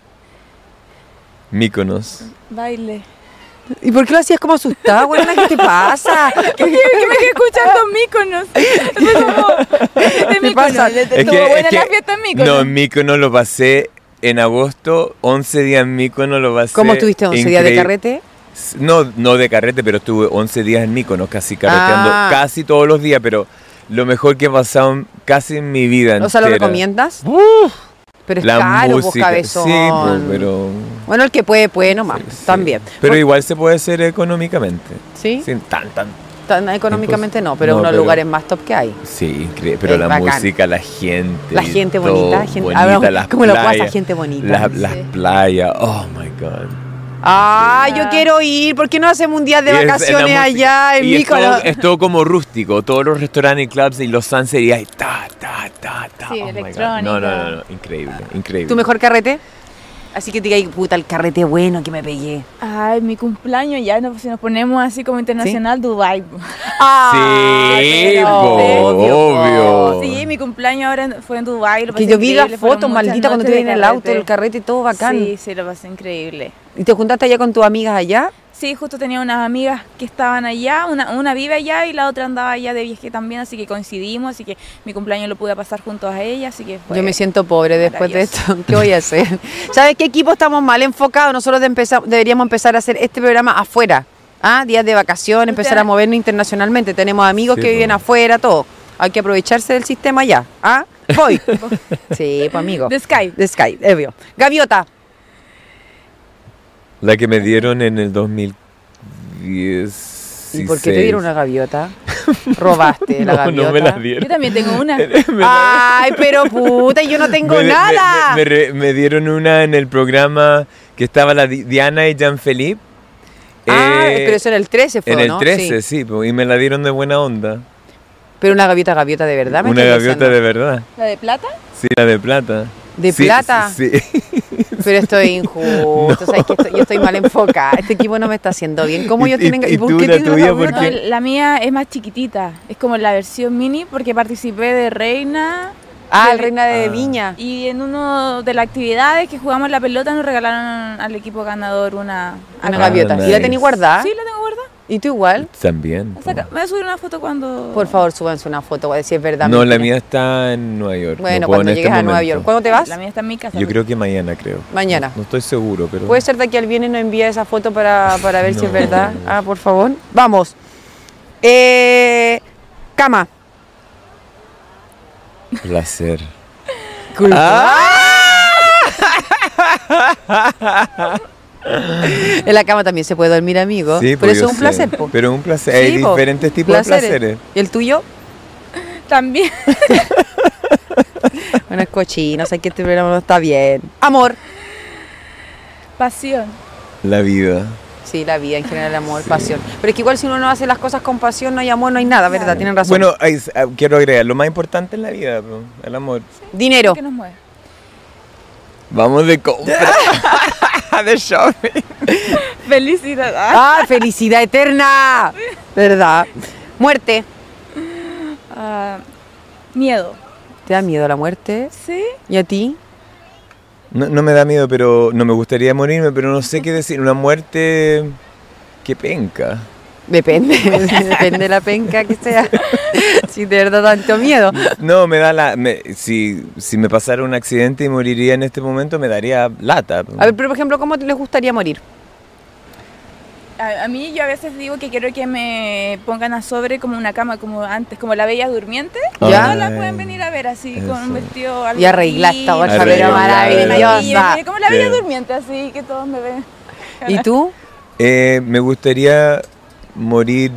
S2: Míconos.
S3: Baile.
S1: ¿Y por qué lo hacías como asustada, güey? ¿Qué te pasa?
S3: ¿Qué, qué me quedé escuchando Míconos? Fue como, De
S1: ¿Qué pasa?
S3: Míconos. de- de- Estuvo buena la fiesta en
S2: No,
S3: Míconos.
S2: en Míconos lo pasé en agosto, 11 días en Míconos lo pasé.
S1: ¿Cómo estuviste 11 días de
S2: increí-
S1: carrete?
S2: No, no de carrete, pero estuve 11 días en Míconos, casi carreteando,
S1: Ah.
S2: casi todos los días, pero lo mejor que he pasado en- casi en mi vida
S1: O sea, ¿lo
S2: entera.
S1: recomiendas? Pero es
S2: La
S1: caro, vos,
S2: música,
S1: cabezón.
S2: sí, pues, pero...
S1: Bueno, el que puede, puede nomás,
S2: sí.
S1: también. Pues-
S2: Pero igual se puede hacer económicamente.
S1: ¿Sí?
S2: Sin tan, tan.
S1: Tan económicamente no, pero
S2: No,
S1: uno de los
S2: pero-
S1: lugares más top que hay.
S2: Sí, increíble. Pero
S1: Es
S2: la
S1: bacán.
S2: música, la gente.
S1: La
S2: y
S1: gente
S2: todo,
S1: bonita, gente...
S2: bonita,
S1: a ver,
S2: las
S1: ¿Cómo lo pasa?
S2: playas,
S1: Gente bonita.
S2: la-
S3: Sí.
S2: Las playas, oh my god.
S1: Ah,
S3: Sí.
S1: yo quiero ir. ¿Por qué no hacemos un día de
S2: Y es- es la
S1: vacaciones
S2: música.
S1: allá en
S2: Y es todo,
S1: Míconos?
S2: es todo como rústico, todos los restaurantes y clubs y los sunsets y hay ta, ta, ta, ta. Oh,
S3: Sí,
S2: my God.
S3: electrónica.
S2: No, no, no, no, increíble, increíble.
S1: ¿Tu mejor carrete? Así que te diga, "Ay, puta, el carrete bueno que me pegué.
S3: Ay, mi cumpleaños ya, no, si nos ponemos así como internacional, Dubai.
S1: Ah,
S2: Sí,
S1: pero
S2: po,
S1: po.
S2: obvio.
S3: Sí, mi cumpleaños ahora fue en Dubai.
S1: Que yo vi las fotos, maldita, cuando te vi en el auto, el carrete, todo bacán.
S3: Sí, sí, lo pasé increíble.
S1: ¿Y te juntaste allá con tus amigas allá?
S3: Sí, justo tenía unas amigas que estaban allá, una, una vive allá y la otra andaba allá de viaje también, así que coincidimos, así que mi cumpleaños lo pude pasar junto a ella, así que fue
S1: Yo me siento pobre después de
S3: maravilloso.
S1: esto. ¿Qué voy a hacer? ¿Sabes qué equipo estamos mal enfocados? Nosotros de empeza- deberíamos empezar a hacer este programa afuera. ¿ah? Días de vacación, empezar a
S3: Ustedes-
S1: movernos internacionalmente. Tenemos amigos
S2: Sí,
S1: que
S2: po.
S1: viven afuera, todo. Hay que aprovecharse del sistema ya. ¿Ah? Voy. sí, pues amigo.
S3: de Skype.
S1: De Sky, obvio. Gaviota.
S2: La que me dieron en el 2010.
S1: ¿Y por qué te dieron una gaviota? Robaste la
S2: No,
S1: gaviota.
S2: no me la
S3: Yo
S2: dieron.
S3: también tengo una.
S1: Ay, pero puta, yo no tengo
S2: Me- me-
S1: nada.
S2: Me, me re- me dieron una en el programa que estaba la Di- Diana y Jean-Philippe.
S1: ah,
S2: Eh,
S1: pero eso en el 13 fue,
S2: en el
S1: ¿no?
S2: 13,
S1: Sí.
S2: sí, po, y me la dieron de buena onda.
S1: Pero una gaviota, gaviota de verdad. me
S2: Una
S1: estás
S2: gaviota
S1: diciendo.
S2: de verdad.
S3: ¿La de plata?
S2: Sí, la de plata.
S1: ¿De
S2: Sí,
S1: plata?
S2: Sí.
S1: Pero esto es injusto. ¿sabes qué? Esto- yo estoy mal enfocada. Este equipo no me está haciendo bien. ¿Cómo
S2: Y-
S1: ellos tienen
S2: y-
S1: que.?
S2: y
S1: ¿por
S2: tú
S1: qué
S2: la
S1: tienen
S2: tuya,
S1: gaviota?
S2: ¿por qué?
S3: No, la mía es más chiquitita, es como la versión mini porque participé de reina
S1: Ah, el
S3: de-
S1: reina de
S2: Ah.
S1: Viña.
S3: y en uno de las actividades que jugamos la pelota nos regalaron al equipo ganador una,
S1: Una
S2: Ah,
S1: gaviota. ¿Y la
S2: nice.
S1: tenía guardada?
S3: Sí, la tengo guardada.
S1: ¿Y tú igual?
S2: También. po.
S3: Saca- Me voy a subir una foto cuando
S1: Por favor, súbanse una foto. Voy a decir es verdad.
S2: No, la
S1: mentira.
S2: mía está en Nueva York. no
S1: Bueno,
S2: puedo
S1: cuando
S2: en este
S1: llegues a Nueva
S2: momento.
S1: York. ¿Cuándo te vas?
S3: La mía está en mi casa.
S2: Yo creo que mañana, creo.
S1: Mañana.
S2: No, no estoy seguro, pero...
S1: Puede ser de aquí al viernes nos envía esa foto para, para ver si es
S2: No.
S1: verdad. Ah, por favor. Vamos. Eh, cama.
S2: Placer. Ah.
S1: En la cama también se puede dormir, amigo.
S2: Sí,
S1: Pero
S2: pues
S1: eso
S2: yo
S1: es un
S2: sé.
S1: placer, po.
S2: Pero es un placer.
S1: Sí,
S2: Hay
S1: po.
S2: diferentes tipos de placeres.
S1: ¿Y el tuyo?
S3: También.
S1: Bueno, es cochino, sé que este programa no está bien. Amor.
S3: Pasión.
S2: La vida.
S1: Sí, la vida en general, el amor, pasión. Pero es que igual si uno no hace las cosas con pasión, no hay amor, no hay nada, ¿verdad?
S3: Claro.
S1: Tienen razón.
S2: Bueno, ahí s- ah, quiero agregar, lo más importante es la vida, po, el amor.
S1: dinero.
S3: ¿Qué nos mueve?
S2: Vamos de compra. de shopping.
S3: Felicidad. Ah.
S1: ¡Ah, felicidad eterna! ¿Verdad? Muerte.
S3: Ah, miedo.
S1: ¿Te da miedo la muerte?
S3: Sí.
S1: ¿Y a ti?
S2: No, no me da miedo, pero no me gustaría morirme, pero no sé qué decir. Una muerte que penca.
S1: Depende, depende de la penca que sea. Si te da tanto miedo.
S2: No, me da la... me- si, si me pasara un accidente y moriría en este momento, me daría lata. po.
S1: A ver, pero por ejemplo, ¿cómo te- les gustaría morir?
S3: A, a mí yo a veces digo que quiero que me pongan a sobre como una cama, como antes, como la Bella Durmiente.
S1: Ya.
S3: No la pueden venir a ver así, con
S2: Ah, Eso.
S3: un vestido algo
S1: Y arreglaste,
S3: así,
S1: otra,
S2: pero
S3: arreglada,
S2: maravillosa.
S3: maquillada, Como la
S2: Sí.
S3: Bella Durmiente, así que todos me ven.
S1: ¿Y tú?
S2: Eh, me gustaría morir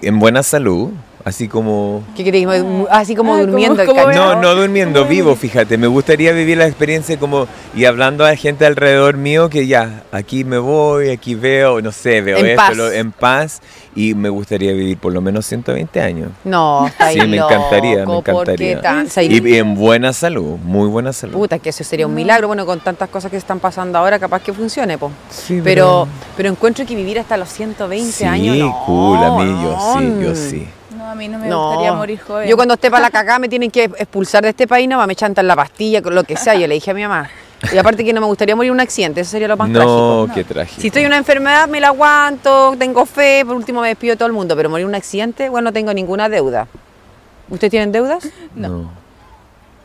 S2: en buena salud, así como...
S1: ¿Qué queréis? Mu- Así como
S3: Ah, como-
S1: durmiendo el
S3: como-
S1: cacho.
S2: No,
S3: Bueno,
S2: no durmiendo,
S3: bueno.
S2: vivo, fíjate. Me gustaría vivir la experiencia como... Y hablando a gente alrededor mío que ya, aquí me voy, aquí veo, no sé, veo
S1: En
S2: esto,
S1: paz.
S2: lo- en paz. Y me gustaría vivir por lo menos 120 años.
S1: No, está
S2: Sí, me encantaría, me
S1: loco, ¿por qué
S2: encantaría.
S1: tan- se-
S2: Y, y en buena salud, muy buena salud.
S1: Puta, que eso sería un milagro. Bueno, con tantas cosas que están pasando ahora, capaz que funcione, po.
S2: Sí,
S1: Pero, pero encuentro que vivir hasta los 120
S2: Sí,
S1: años. no,
S2: cool, a mí yo sí,
S1: no.
S2: yo sí.
S3: No, a mí no me
S1: No.
S3: gustaría morir joven.
S1: Yo cuando esté para la cagada me tienen que expulsar de este país, nada más me chantan la pastilla, con lo que sea. Yo le dije a mi mamá. Y aparte que no me gustaría morir en un accidente, eso sería lo más trágico.
S2: No,
S3: No.
S2: qué trágico.
S1: Si estoy en una enfermedad, me la aguanto, tengo fe, por último me despido de todo el mundo, pero morir en un accidente, bueno, no tengo ninguna deuda. ¿Ustedes tienen deudas?
S2: No,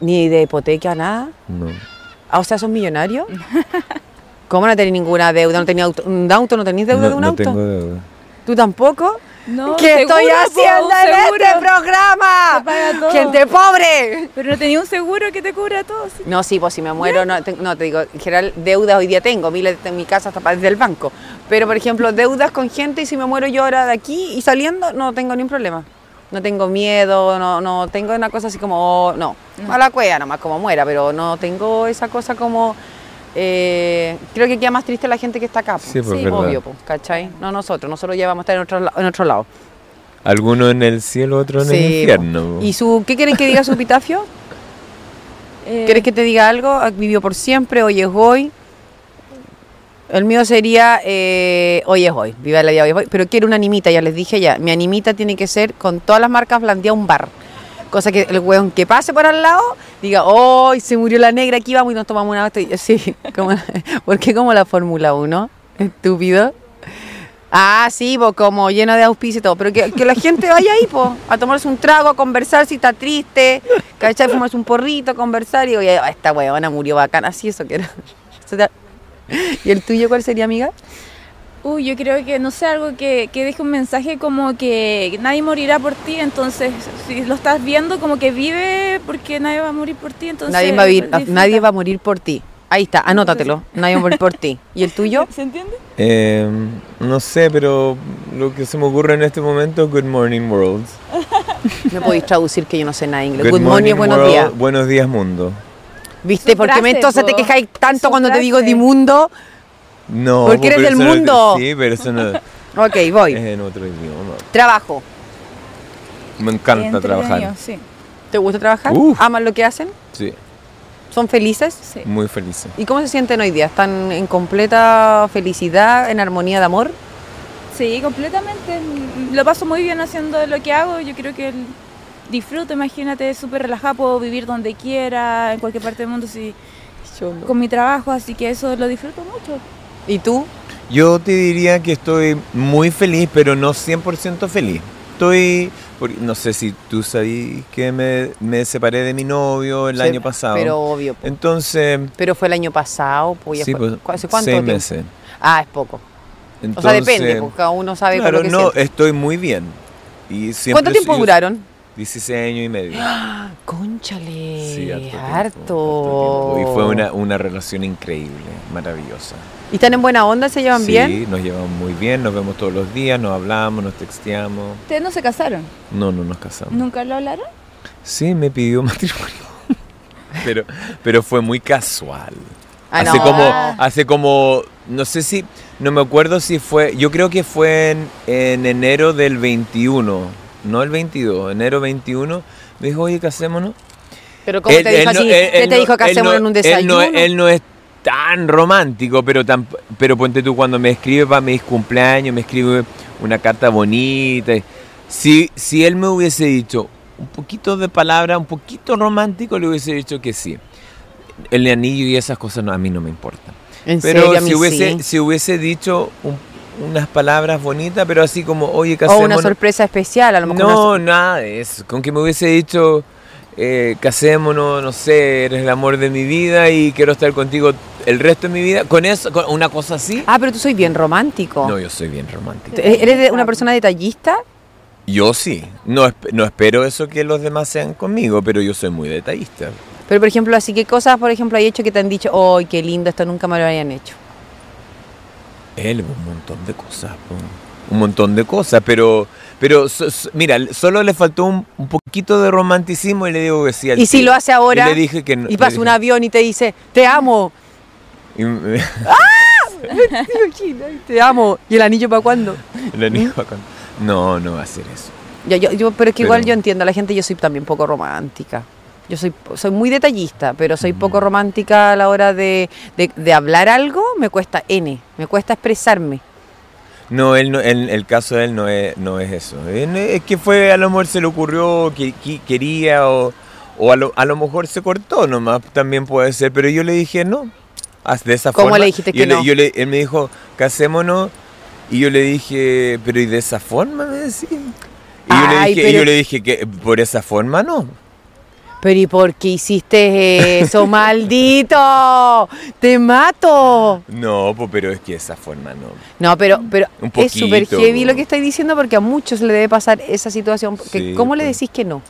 S1: Ni de hipoteca, nada.
S2: no.
S1: Ah, o sea, ¿sos millonario? ¿Cómo no tenés ninguna deuda? ¿No tenía auto, un auto? ¿No tenés deuda
S2: No,
S1: de un
S2: no
S1: auto?
S2: tengo deuda.
S1: ¿Tú tampoco?
S3: No,
S1: ¿Qué estoy
S3: seguro, po,
S1: haciendo
S3: un
S1: en
S3: seguro.
S1: este programa?
S3: Te paga todo.
S1: ¡Gente pobre!
S3: Pero no tenía un seguro que te cubra todo. sí.
S1: No, sí, pues si me muero, no te, no, te digo, en general, deudas hoy día tengo, miles en mi casa hasta desde el banco. Pero, por ejemplo, deudas con gente y si me muero yo ahora de aquí y saliendo, no tengo ningún problema. No tengo miedo, no, no tengo una cosa así como, oh, no, a la cueva nomás como muera, pero no tengo esa cosa como... eh, creo que queda más triste la gente que está acá. po.
S2: Sí, pues, verdad.
S1: obvio, po, ¿cachai? No nosotros, nosotros ya vamos a estar en otro, la- en otro lado.
S2: Alguno en el cielo, otro en el
S1: Sí, po.
S2: infierno. po.
S1: ¿Y su, qué quieren que diga su epitafio?
S3: Eh,
S1: ¿Quieres que te diga algo? Ah, Vivió por siempre, hoy es hoy. El mío sería eh, hoy es hoy, viva la vida hoy es hoy. Pero quiero una animita, ya les dije ya. Mi animita tiene que ser con todas las marcas blandea un bar. Cosa que el weón que pase por al lado diga, hoy se murió la negra, aquí vamos y nos tomamos una... botella". Sí, como, ¿por qué como la Fórmula 1? Estúpido. Ah, sí, po, como lleno de auspicio y todo. Pero que, que la gente vaya ahí, po, a tomarse un trago, a conversar si está triste, ¿cachai? Fumarse un porrito, conversar. Y oye, esta huevona murió bacana, así eso que era. Eso era- ¿Y el tuyo cuál sería, amiga?
S3: Uy, yo creo que, no sé, algo que, que deje un mensaje como que nadie morirá por ti, entonces si lo estás viendo como que vive porque nadie va a morir por ti, entonces...
S1: nadie, va a vivir- ah,
S3: disfruta.
S1: nadie va a morir por ti. Ahí está, anótatelo. Nadie va a morir por ti. ¿Y el tuyo?
S3: ¿Se entiende?
S2: Eh, no sé, pero lo que se me ocurre en este momento, Good Morning World.
S1: No podéis traducir que yo no sé nada de inglés. Good, morning, buenos
S2: world,
S1: días.
S2: Buenos días, mundo.
S1: ¿Viste?
S3: Son
S1: ¿Por qué me-
S3: frases,
S1: entonces te
S3: po.
S1: quejáis tanto
S3: Son
S1: cuando te digo
S3: frases.
S1: dimundo?
S2: No.
S1: Porque eres
S2: pero
S1: del
S2: eso no-
S1: mundo.
S2: sí, pero eso no es
S1: Ok, voy.
S2: en otro idioma.
S1: Trabajo.
S2: Me encanta
S3: Entretenido,
S2: trabajar.
S3: Sí,
S1: ¿Te gusta trabajar?
S2: Uf.
S1: ¿Aman lo que hacen?
S2: Sí,
S1: ¿Son felices?
S3: sí.
S2: muy feliz.
S1: ¿Y cómo se sienten hoy día? ¿Están en completa felicidad, en armonía de amor?
S3: Sí, completamente. Lo paso muy bien haciendo lo que hago. Yo creo que el- disfruto, imagínate, súper relajado, puedo vivir donde quiera, en cualquier parte del mundo, sí, con mi trabajo, así que eso lo disfruto mucho.
S1: ¿Y tú?
S2: Yo te diría que estoy muy feliz, pero no 100% feliz. Estoy, por- no sé si tú sabes que me, me separé de mi novio el
S1: Sí,
S2: año pasado.
S1: Pero obvio. po.
S2: Entonces,
S1: Pero fue el año pasado, pues ya
S2: sí,
S1: fue-
S2: pues,
S1: ¿cu- ¿Hace cuánto
S2: seis
S1: tiempo?
S2: meses.
S1: Ah, es poco. o sea,
S2: Entonces,
S1: depende, porque cada uno sabe con
S2: Claro,
S1: lo que
S2: no, eh,
S1: siente.
S2: estoy muy bien. Y siempre
S1: ¿Cuánto tiempo
S2: soy-
S1: duraron?
S2: 16 años y medio.
S1: Conchale,
S2: Sí, harto. tiempo,
S1: harto.
S2: harto tiempo. Y fue una, una relación increíble, maravillosa.
S1: ¿Y están en buena onda? ¿Se llevan
S2: sí,
S1: bien?
S2: nos llevamos muy bien, nos vemos todos los días, nos hablamos, nos texteamos.
S3: ¿Ustedes no se casaron?
S2: No, no nos casamos.
S3: ¿Nunca lo hablaron?
S2: Sí, me pidió matrimonio. pero, pero fue muy casual.
S1: Ah,
S2: hace
S1: no.
S2: como,
S3: Ah.
S2: hace como, no sé si, no me acuerdo si fue, yo creo que fue en, en enero del 21, no el 22, enero 21, me dijo, oye, casémonos.
S1: Pero ¿cómo
S2: Él-
S1: te dijo
S2: él no-
S1: así?
S2: él-
S1: ¿Qué
S2: él
S1: te
S2: no-
S1: dijo que
S2: él
S1: hacemos
S2: no-
S1: en un
S2: Él
S1: desayuno?
S2: no, él no es tan romántico, pero, tan, pero ponte tú cuando me escribe para mis cumpleaños, me escribe una carta bonita. Si, si él me hubiese dicho un poquito de palabra, un poquito romántico, le hubiese dicho que sí. El anillo y esas cosas no, a mí no me importan.
S1: En
S2: Pero
S1: serio, a mí
S2: si, hubiese,
S1: sí.
S2: si hubiese dicho un- unas palabras bonitas, pero así como, oye,
S1: O una
S2: casémonos.
S1: sorpresa especial, a lo mejor. una-
S2: No, nada de eso. Con que me hubiese dicho, eh, casémonos, no sé, eres el amor de mi vida y quiero estar contigo el resto de mi vida. Con eso, con una cosa así.
S1: Ah, pero tú soy bien romántico.
S2: No, yo soy bien romántico.
S1: ¿E- ¿Eres de- una persona detallista?
S2: Yo sí. No, esp- no espero eso que los demás sean conmigo, pero yo soy muy detallista.
S1: Pero, por ejemplo, así que cosas, por ejemplo, hay hecho que te han dicho, ¡ay, qué lindo! Esto nunca me lo habían hecho.
S2: Él, un montón de cosas. po. Un montón de cosas, pero... Pero, so- so- mira, solo le faltó un, un poquito de romanticismo y le digo que sí al
S1: Y si
S2: tiro.
S1: lo hace ahora,
S2: Y le dije que no-
S1: Y
S2: le
S1: pasa
S2: dije-
S1: un avión y te dice, ¡te amo!
S2: y me-
S1: ¡Te amo! ¿Y el anillo para cuándo?
S2: Le dijo a Con- No, no va a hacer eso.
S1: Yo, yo, yo- pero es que igual
S2: Pero-
S1: yo entiendo a la gente, yo soy también poco romántica. Yo soy, soy muy detallista, pero soy
S2: Mm.
S1: poco romántica a la hora de, de- de hablar algo, me cuesta N, me cuesta expresarme.
S2: No, él no, él- el caso de él no es, no es eso. Él es que fue, a lo mejor se le ocurrió, que, que- quería, o, o a, lo, a lo mejor se cortó nomás, también puede ser. Pero yo le dije no, haz de esa
S1: ¿Cómo
S2: forma.
S1: le dijiste
S2: Yo
S1: que no?
S2: yo le- él me dijo, casémonos, y yo le dije, pero ¿y de esa forma me decís? Y yo,
S1: Ay,
S2: le dije, y
S1: pero-
S2: yo le dije que por esa forma no.
S1: Pero ¿y por qué hiciste eso, maldito? ¡Te mato!
S2: No, pues, pero es que esa forma no.
S1: No, pero,
S3: Mm.
S1: pero
S2: Un
S1: es súper
S2: poquito,
S1: heavy lo
S2: po.
S1: que estoy diciendo porque a muchos le debe pasar esa situación. Porque
S2: Sí,
S1: ¿Cómo le
S2: pues.
S1: decís que no?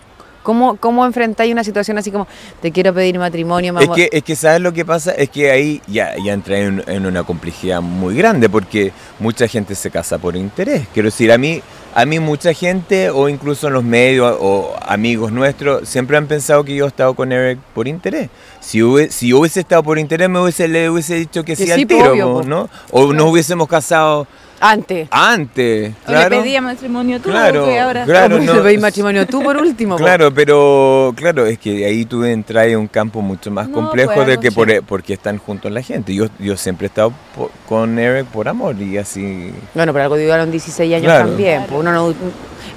S1: ¿Cómo, cómo enfrentáis una situación así como, te quiero pedir matrimonio, mamá?
S2: Es que, es que sabes lo que pasa, es que ahí ya, ya entra en, en una complejidad muy grande porque mucha gente se casa por interés. Quiero decir, a mí, a mí mucha gente o incluso en los medios o amigos nuestros siempre han pensado que yo he estado con Eric por interés. Si, hubie- si yo hubiese estado por interés me hubiese, le hubiese dicho que
S1: Que
S2: sí,
S1: sí,
S2: al
S1: pues,
S2: tiro,
S1: obvio,
S2: po,
S1: pues.
S2: ¿no? O nos hubiésemos casado
S1: Antes.
S2: antes,
S3: ¿O
S2: claro.
S3: le pedía matrimonio tú?
S2: Claro,
S3: que ahora?
S2: claro.
S1: Ah, porque
S2: no.
S1: te pedí matrimonio tú por último. po.
S2: Claro, pero claro, es que ahí tú entras en un campo mucho más
S3: No,
S2: complejo
S3: pues,
S2: de
S3: algo
S2: que por, e,
S3: sí.
S2: porque están juntos la gente. Yo, yo siempre he estado po- con Eric por amor y así.
S1: Bueno, pero algo duraron 16 años
S2: Claro.
S1: también. po. Uno no,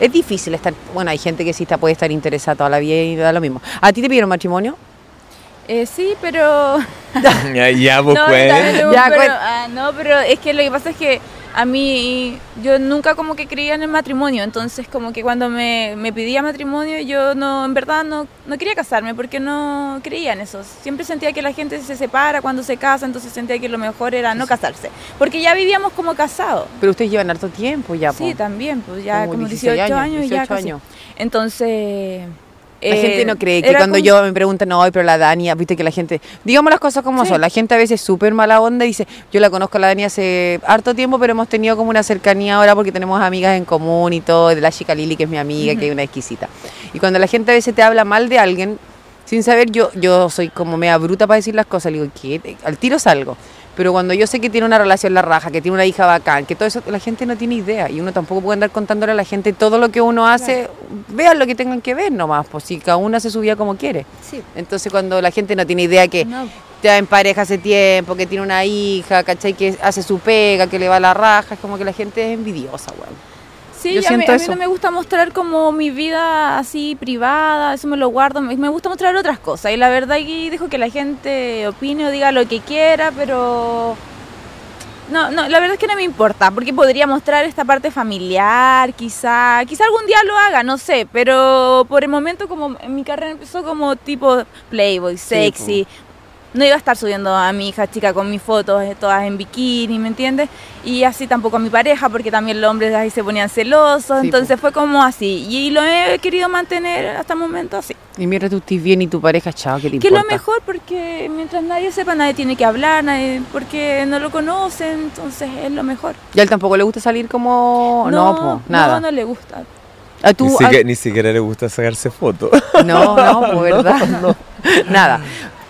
S1: es difícil estar. Bueno, hay gente que sí está, puede estar interesada toda la vida y da lo mismo. ¿A ti te pidieron matrimonio?
S3: Eh, sí, pero...
S2: ya, ya, pues,
S3: No,
S2: pues.
S3: también tengo un
S1: Ya,
S3: pero-
S1: cuen-
S3: ah, no, pero es que lo que pasa es que a mí, yo nunca como que creía en el matrimonio, entonces como que cuando me, me pedía matrimonio, yo no, en verdad no, no quería casarme porque no creía en eso. Siempre sentía que la gente se separa cuando se casa, entonces sentía que lo mejor era no casarse, porque ya vivíamos como casados.
S1: Pero ustedes llevan harto tiempo ya. po.
S3: Sí, también, pues ya
S1: Como
S3: como
S1: 16
S3: 18
S1: años,
S3: años, ya
S1: 18
S3: casi.
S1: años.
S3: Entonces...
S1: La
S3: Eh,
S1: gente no cree que cuando yo me preguntan, no, pero la Dania, viste que la gente, digamos las cosas como
S3: Sí.
S1: son, la gente a veces es súper mala onda y dice, yo la conozco a la Dania hace harto tiempo, pero hemos tenido como una cercanía ahora porque tenemos amigas en común y todo, de la chica Lili, que es mi amiga, que es una exquisita. Y cuando la gente a veces te habla mal de alguien, sin saber, yo, yo soy como mea bruta para decir las cosas, le digo, ¿qué? Al tiro salgo. Pero cuando yo sé que tiene una relación la raja, que tiene una hija bacán, que todo eso, la gente no tiene idea. Y uno tampoco puede andar contándole a la gente todo lo que uno hace. Vean lo que tengan que ver nomás, pues si cada uno se subía como quiere.
S3: Sí.
S1: Entonces cuando la gente no tiene idea que
S3: No.
S1: está en pareja hace tiempo, que tiene una hija, ¿cachai? Que hace su pega, que le va la raja, es como que la gente es envidiosa, weón.
S3: Sí,
S1: Yo
S3: a, mí,
S1: siento
S3: a mí
S1: eso.
S3: no me gusta mostrar como mi vida así privada, eso me lo guardo, me me gusta mostrar otras cosas y la verdad aquí dejo que la gente opine o diga lo que quiera, pero no, no, la verdad es que no me importa, porque podría mostrar esta parte familiar, quizá, quizá algún día lo haga, no sé, pero por el momento como en mi carrera empezó como tipo playboy, sexy, no iba a estar subiendo a mi hija chica con mis fotos eh, todas en bikini, ¿me entiendes? Y así tampoco a mi pareja, porque también los hombres ahí se ponían celosos,
S1: Sí,
S3: entonces fue como así, y lo he querido mantener hasta el momento así.
S1: Y mientras tú estés bien y tu pareja, chao, que te
S3: Que es
S1: importa?
S3: lo mejor porque mientras nadie sepa, nadie tiene que hablar, nadie, porque no lo conocen, entonces es lo mejor.
S1: Y a él tampoco le gusta salir como... Oh, No, po, nada.
S3: No, no le gusta.
S1: A tú,
S2: ni,
S1: a-
S2: siquiera, ni siquiera le gusta sacarse fotos.
S1: No, no, por verdad. Nada.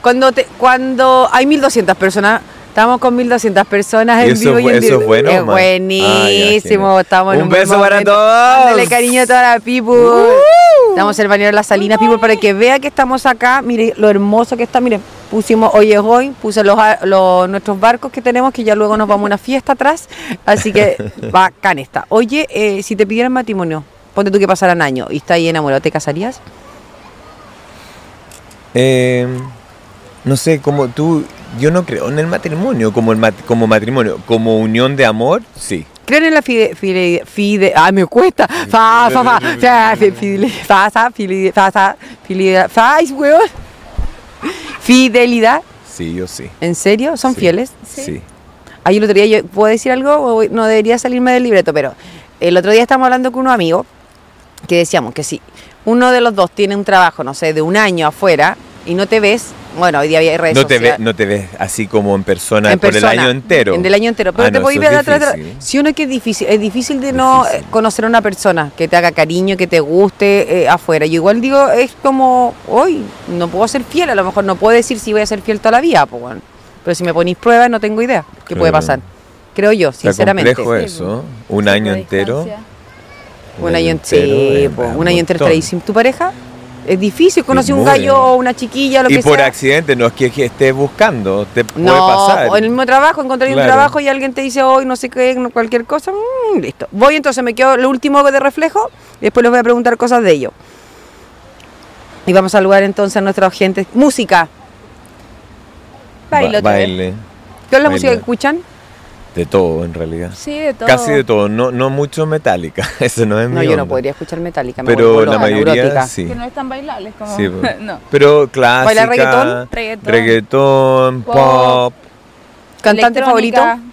S1: Cuando te, cuando hay 1200 personas, estamos con 1200 personas
S2: ¿Y
S1: en
S2: eso
S1: vivo
S2: es
S1: y en
S2: bu-
S1: directo.
S2: eso es bueno o
S1: Es
S2: malo?
S1: buenísimo.
S2: Ah, ya,
S1: estamos en
S2: genial. Un beso
S1: buen
S2: para
S1: momento.
S2: todos.
S1: Mándale cariño a toda la people. Estamos en el bañero de la Salina people para que vea que estamos acá. Mire lo hermoso que está. Mire, pusimos hoy es hoy, puse los, a- los- nuestros barcos que tenemos que ya luego nos vamos a una fiesta atrás. Así que bacán está. Oye, eh, si te pidieran matrimonio, ponte tú que pasaran años y está ahí enamorado, ¿te casarías?
S2: Eh, no sé, como tú, yo no creo en el matrimonio, como, el mat- como matrimonio, como unión de amor, sí.
S1: ¿Creen en la fide... fide, fide ah, me cuesta. Fa, fa, fa, fa, fi- fili- fa, sa, fili- fa, sa, fili- fa, ay, weón. Fidelidad,
S2: Sí, yo sí.
S1: ¿en serio? ¿Son
S2: Sí.
S1: fieles?
S2: Sí.
S1: Ay, el otro día, yo, ¿puedo decir algo? O voy- No debería salirme del libreto, pero el otro día estábamos hablando con unos amigos que decíamos que si uno de los dos tiene un trabajo, no sé, de un año afuera y no te ves, bueno, hoy día había redes
S2: No, te ve-
S1: sociales.
S2: no te ves así como en persona
S1: Pues, en
S2: por el
S1: persona,
S2: año entero.
S1: en- Del año entero. Pero
S2: Ah,
S1: te
S2: no,
S1: podéis
S2: eso
S1: ver
S2: es
S1: atrás. atrás.
S2: difícil.
S1: Si uno que es difícil, es difícil de no
S2: Difícil.
S1: eh, conocer a una persona que te haga cariño, que te guste eh, afuera. Yo igual digo, es como, hoy no puedo ser fiel, a lo mejor no puedo decir si voy a ser fiel toda la vida, pues, bueno. pero si me ponéis pruebas no tengo idea qué puede
S2: Claro.
S1: pasar. Creo yo,
S2: Está
S1: sinceramente.
S2: complejo eh. eso, un año entero.
S1: Un año entero,
S2: es
S1: sí, po, un año entero
S2: montón.
S1: está ahí sin tu pareja. Es difícil conocer un
S2: muy.
S1: gallo o una chiquilla, lo
S2: Y
S1: que
S2: por
S1: sea.
S2: accidente, no es que, que estés buscando, te puede
S1: No,
S2: pasar.
S1: o en el mismo trabajo, encontré un
S2: Claro.
S1: trabajo y alguien te dice hoy no sé qué, no- cualquier cosa, mm, listo. Voy entonces, me quedo lo último de reflejo y después les voy a preguntar cosas de ellos. Y vamos a saludar entonces a nuestros gente. Música.
S3: Bailo
S2: Ba-
S3: también.
S2: baile,
S1: ¿Qué es la
S2: Baila.
S1: música que escuchan?
S2: de todo en realidad.
S3: Sí, de todo.
S2: Casi de todo, no, no mucho metálica, eso no es
S1: No,
S2: mi
S1: yo no
S2: onda.
S1: podría escuchar Metallica, me
S2: Pero
S1: vuelvo
S2: la
S1: loca,
S2: mayoría
S1: neurótica.
S2: sí.
S3: Que no es tan bailable, como...
S2: Sí, po.
S3: no.
S2: Pero clásica,
S1: reggaetón?
S3: Reggaetón.
S2: reggaetón,
S3: Pop.
S2: pop.
S1: ¿Cantante favorito?
S3: Electrónica.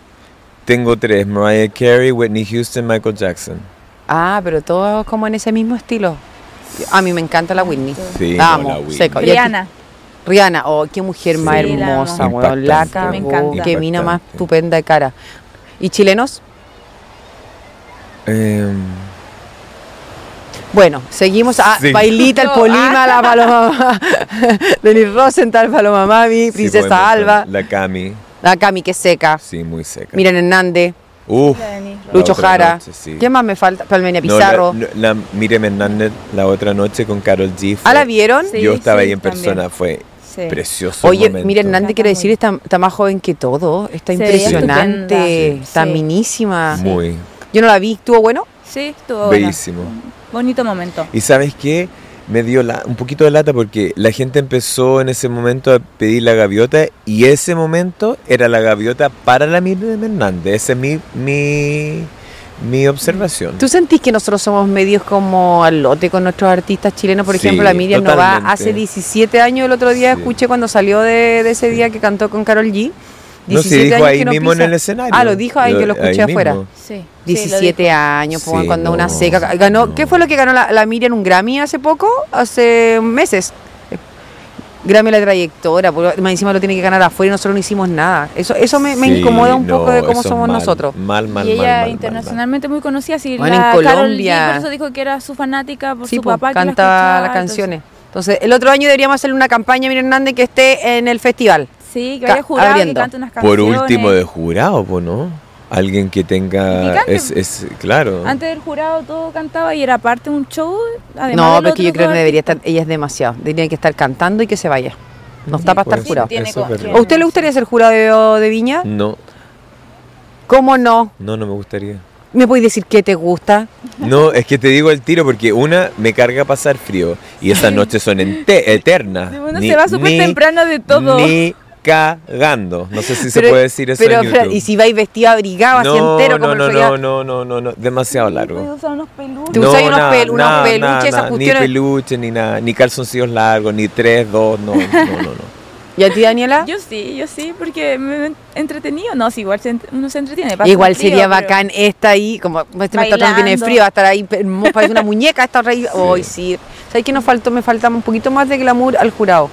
S2: Tengo tres, Mariah Carey, Whitney Houston, Michael Jackson.
S1: Ah, pero todos como en ese mismo estilo. A mí me encanta la Whitney.
S2: Sí,
S1: La
S2: no,
S1: amo,
S2: la Whitney.
S1: seco. Y a ti-
S3: Rihanna.
S1: Rihanna, oh, qué mujer más
S2: Sí, la
S1: hermosa,
S2: amo.
S1: weón. La
S2: Impactante.
S1: cagó,
S3: Me encanta.
S1: qué mina más
S2: Impactante.
S1: estupenda de cara. ¿Y chilenos?
S2: Em,
S1: Bueno, seguimos a
S2: Sí.
S1: Bailita, el
S3: No,
S1: Polima, la Paloma Denis Rosenthal, Paloma Mami,
S2: sí,
S1: Princesa
S2: podemos-
S1: Alba,
S2: La Cami,
S1: la Cami que es seca,
S2: sí, muy seca.
S1: Miren Hernández,
S2: Uf,
S3: La Denise
S2: la
S3: Ross.
S1: Lucho
S2: otra
S1: Jara.
S2: noche, sí.
S1: ¿Qué más me falta? Palmenia
S2: No,
S1: Pizarro.
S2: la, la- la Miriam Hernández la otra noche con Carol G. fue-
S1: ¿Ah, la vieron?
S3: Sí,
S2: Yo estaba
S3: sí,
S2: ahí en
S3: también.
S2: persona, fue
S3: Sí.
S2: precioso. el
S1: Oye,
S2: momento.
S1: Miriam Hernández,
S3: Está
S1: quiero
S3: muy-
S1: decir, está, está más joven que todo, está
S3: Se veía
S1: impresionante,
S3: estupenda.
S1: está
S3: Sí.
S1: minísima.
S2: Muy
S1: Yo no la vi, ¿estuvo bueno?
S3: Sí, estuvo bueno.
S2: bellísimo.
S3: Bonito momento.
S2: ¿Y sabes qué? me dio la- un poquito de lata porque la gente empezó en ese momento a pedir la gaviota y ese momento era la gaviota para la Miriam Hernández. Esa es mi, mi, mi observación.
S1: ¿Tú sentís que nosotros somos medios como al lote con nuestros artistas chilenos? Por
S2: Sí,
S1: ejemplo, la Miriam Nova
S2: totalmente.
S1: hace 17 años, el otro día
S2: Sí.
S1: escuché cuando salió de, de ese
S2: Sí.
S1: día que cantó con Carol G.
S2: No, sí, dijo ahí mismo en el escenario.
S1: Ah, lo dijo ahí, yo lo escuché afuera.
S2: mismo.
S3: Sí. sí, lo
S1: 17 años, po,
S2: Sí,
S1: cuando
S2: no,
S1: una seca. ganó
S2: no.
S1: ¿Qué fue lo que ganó la, la Miriam? ¿Un Grammy hace poco? Hace meses. Eh, Grammy la trayectoria, porque más encima lo tiene que ganar afuera y nosotros no hicimos nada. Eso, eso me, me
S2: Sí,
S1: incomoda un
S2: no,
S1: poco de cómo
S2: eso
S1: somos
S2: mal,
S1: nosotros.
S2: Mal, mal, mal,
S3: y ella
S2: mal, mal, mal.
S3: internacionalmente muy conocida, sí,
S1: Bueno,
S3: la
S1: en
S3: Karol G,
S1: Colombia.
S3: por eso dijo que era su fanática por
S1: sí,
S3: su
S1: po,
S3: papá que la
S1: canta
S3: escuchaba,
S1: las
S3: entonces-
S1: canciones. Entonces, el otro año deberíamos hacerle una campaña a Miriam Hernández que esté en el festival.
S3: Sí, que
S1: Ca-
S3: vaya jurado que
S1: abriendo.
S3: cante unas
S2: Por
S3: canciones.
S2: último, de jurado, po, ¿no? Alguien que
S3: Y
S2: tenga.
S3: cante.
S2: Es, es, claro.
S3: Antes del jurado todo cantaba y era parte de un show. Además
S1: no,
S3: del
S1: pero es que
S3: otro
S1: yo creo que
S3: todo-
S1: no debería estar, ella es demasiado. Debería que estar cantando y que se vaya. No está para
S2: puede
S1: estar
S2: ser,
S1: jurado.
S3: Tiene
S2: eso es
S3: conciencia.
S2: verdad.
S1: ¿A usted le gustaría ser jurado de, de Viña?
S2: No,
S1: ¿Cómo no?
S2: no, no me gustaría.
S1: ¿Me puedes decir qué te gusta?
S2: No, es que te digo el tiro porque una me carga pasar frío y esas noches son ente- eternas.
S3: Uno
S2: Ni-
S3: se va súper
S2: ni-
S3: temprano de todo.
S2: Ni cagando. No sé si se
S1: Pero-
S2: puede decir eso.
S1: Pero,
S2: en
S1: Fran,
S2: YouTube.
S1: y si vais vestido abrigado, así
S2: no,
S1: entero, como
S2: no,
S1: el
S2: no,
S1: feriado?
S2: no, no, no, no, no, demasiado
S3: Puede
S2: largo.
S3: usar pues, unos peluches.
S1: Tú usas
S2: No,
S1: unos
S2: nada,
S1: pel- unos
S2: nada,
S1: peluches,
S2: nada,
S1: esas
S2: nada.
S1: cuestiones.
S2: Ni peluches, ni nada, ni calzoncillos largos, ni tres, dos, no, no, no. no.
S1: ¿Y a ti, Daniela?
S3: Yo sí, yo sí, porque me me- entretenido. No, sí, igual se ent- uno se entretiene. pasa
S1: Igual
S3: frío,
S1: sería
S3: pero-
S1: bacán esta ahí, como este me está tratando tiene
S3: Bailando.
S1: frío, va a estar ahí, hermosa, parece una muñeca, está re... Hoy sí. ¿Sabes qué nos faltó? Me faltaba un poquito más de glamour al jurado.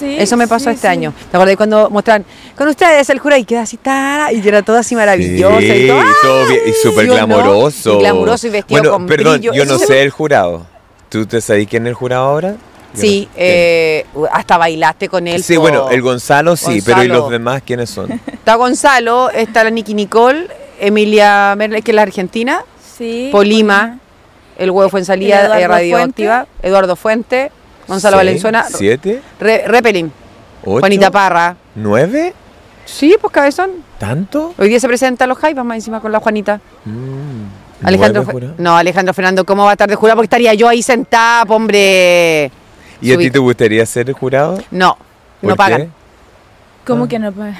S3: Sí,
S1: Eso me pasó
S3: sí,
S1: este
S3: sí.
S1: año. ¿Te acordás cuando mostraban con ustedes el jurado y queda así, tara, y era todo así maravilloso
S2: Sí,
S1: y todo? ¡ah!
S2: todo bien, y súper
S1: ¿Sí o no?
S2: glamoroso.
S1: Y glamuroso y vestido
S2: bueno,
S1: con
S2: perdón,
S1: brillo.
S2: yo no
S1: Eso-
S2: sé el jurado. ¿Tú te sabes quién es el jurado ahora? Yo
S1: Sí,
S2: no sé.
S1: eh, hasta bailaste con él.
S2: Sí,
S1: po.
S2: bueno, el Gonzalo sí, pero ¿y
S1: Gonzalo.
S2: los demás quiénes son?
S1: Está Gonzalo, está la Nicky Nicole, Emilia Merles, que es la argentina,
S3: Sí.
S1: Polima, el huevo fue en salida,
S3: Eduardo
S1: eh, radioactiva, Eduardo Fuente, Gonzalo
S2: ¿Seis?
S1: Valenzuela,
S2: ¿Siete?
S1: Re- Repelin,
S2: ¿Ocho?
S1: Juanita Parra.
S2: ¿Nueve?
S1: Sí, pues cabezón.
S2: ¿Tanto?
S1: Hoy día se presentan los Jaipas más encima con la Juanita.
S2: Mm,
S1: Alejandro,
S2: ¿nueve,
S1: Fe-
S2: jura?
S1: no, Alejandro Fernando, ¿cómo va a estar de jurado? Porque estaría yo ahí sentada, po, hombre.
S2: ¿Y a ti
S1: Subica.
S2: te gustaría ser el jurado?
S1: No, no
S2: ¿Por
S1: pagan.
S2: qué?
S1: Ah.
S3: ¿Cómo que no pagan?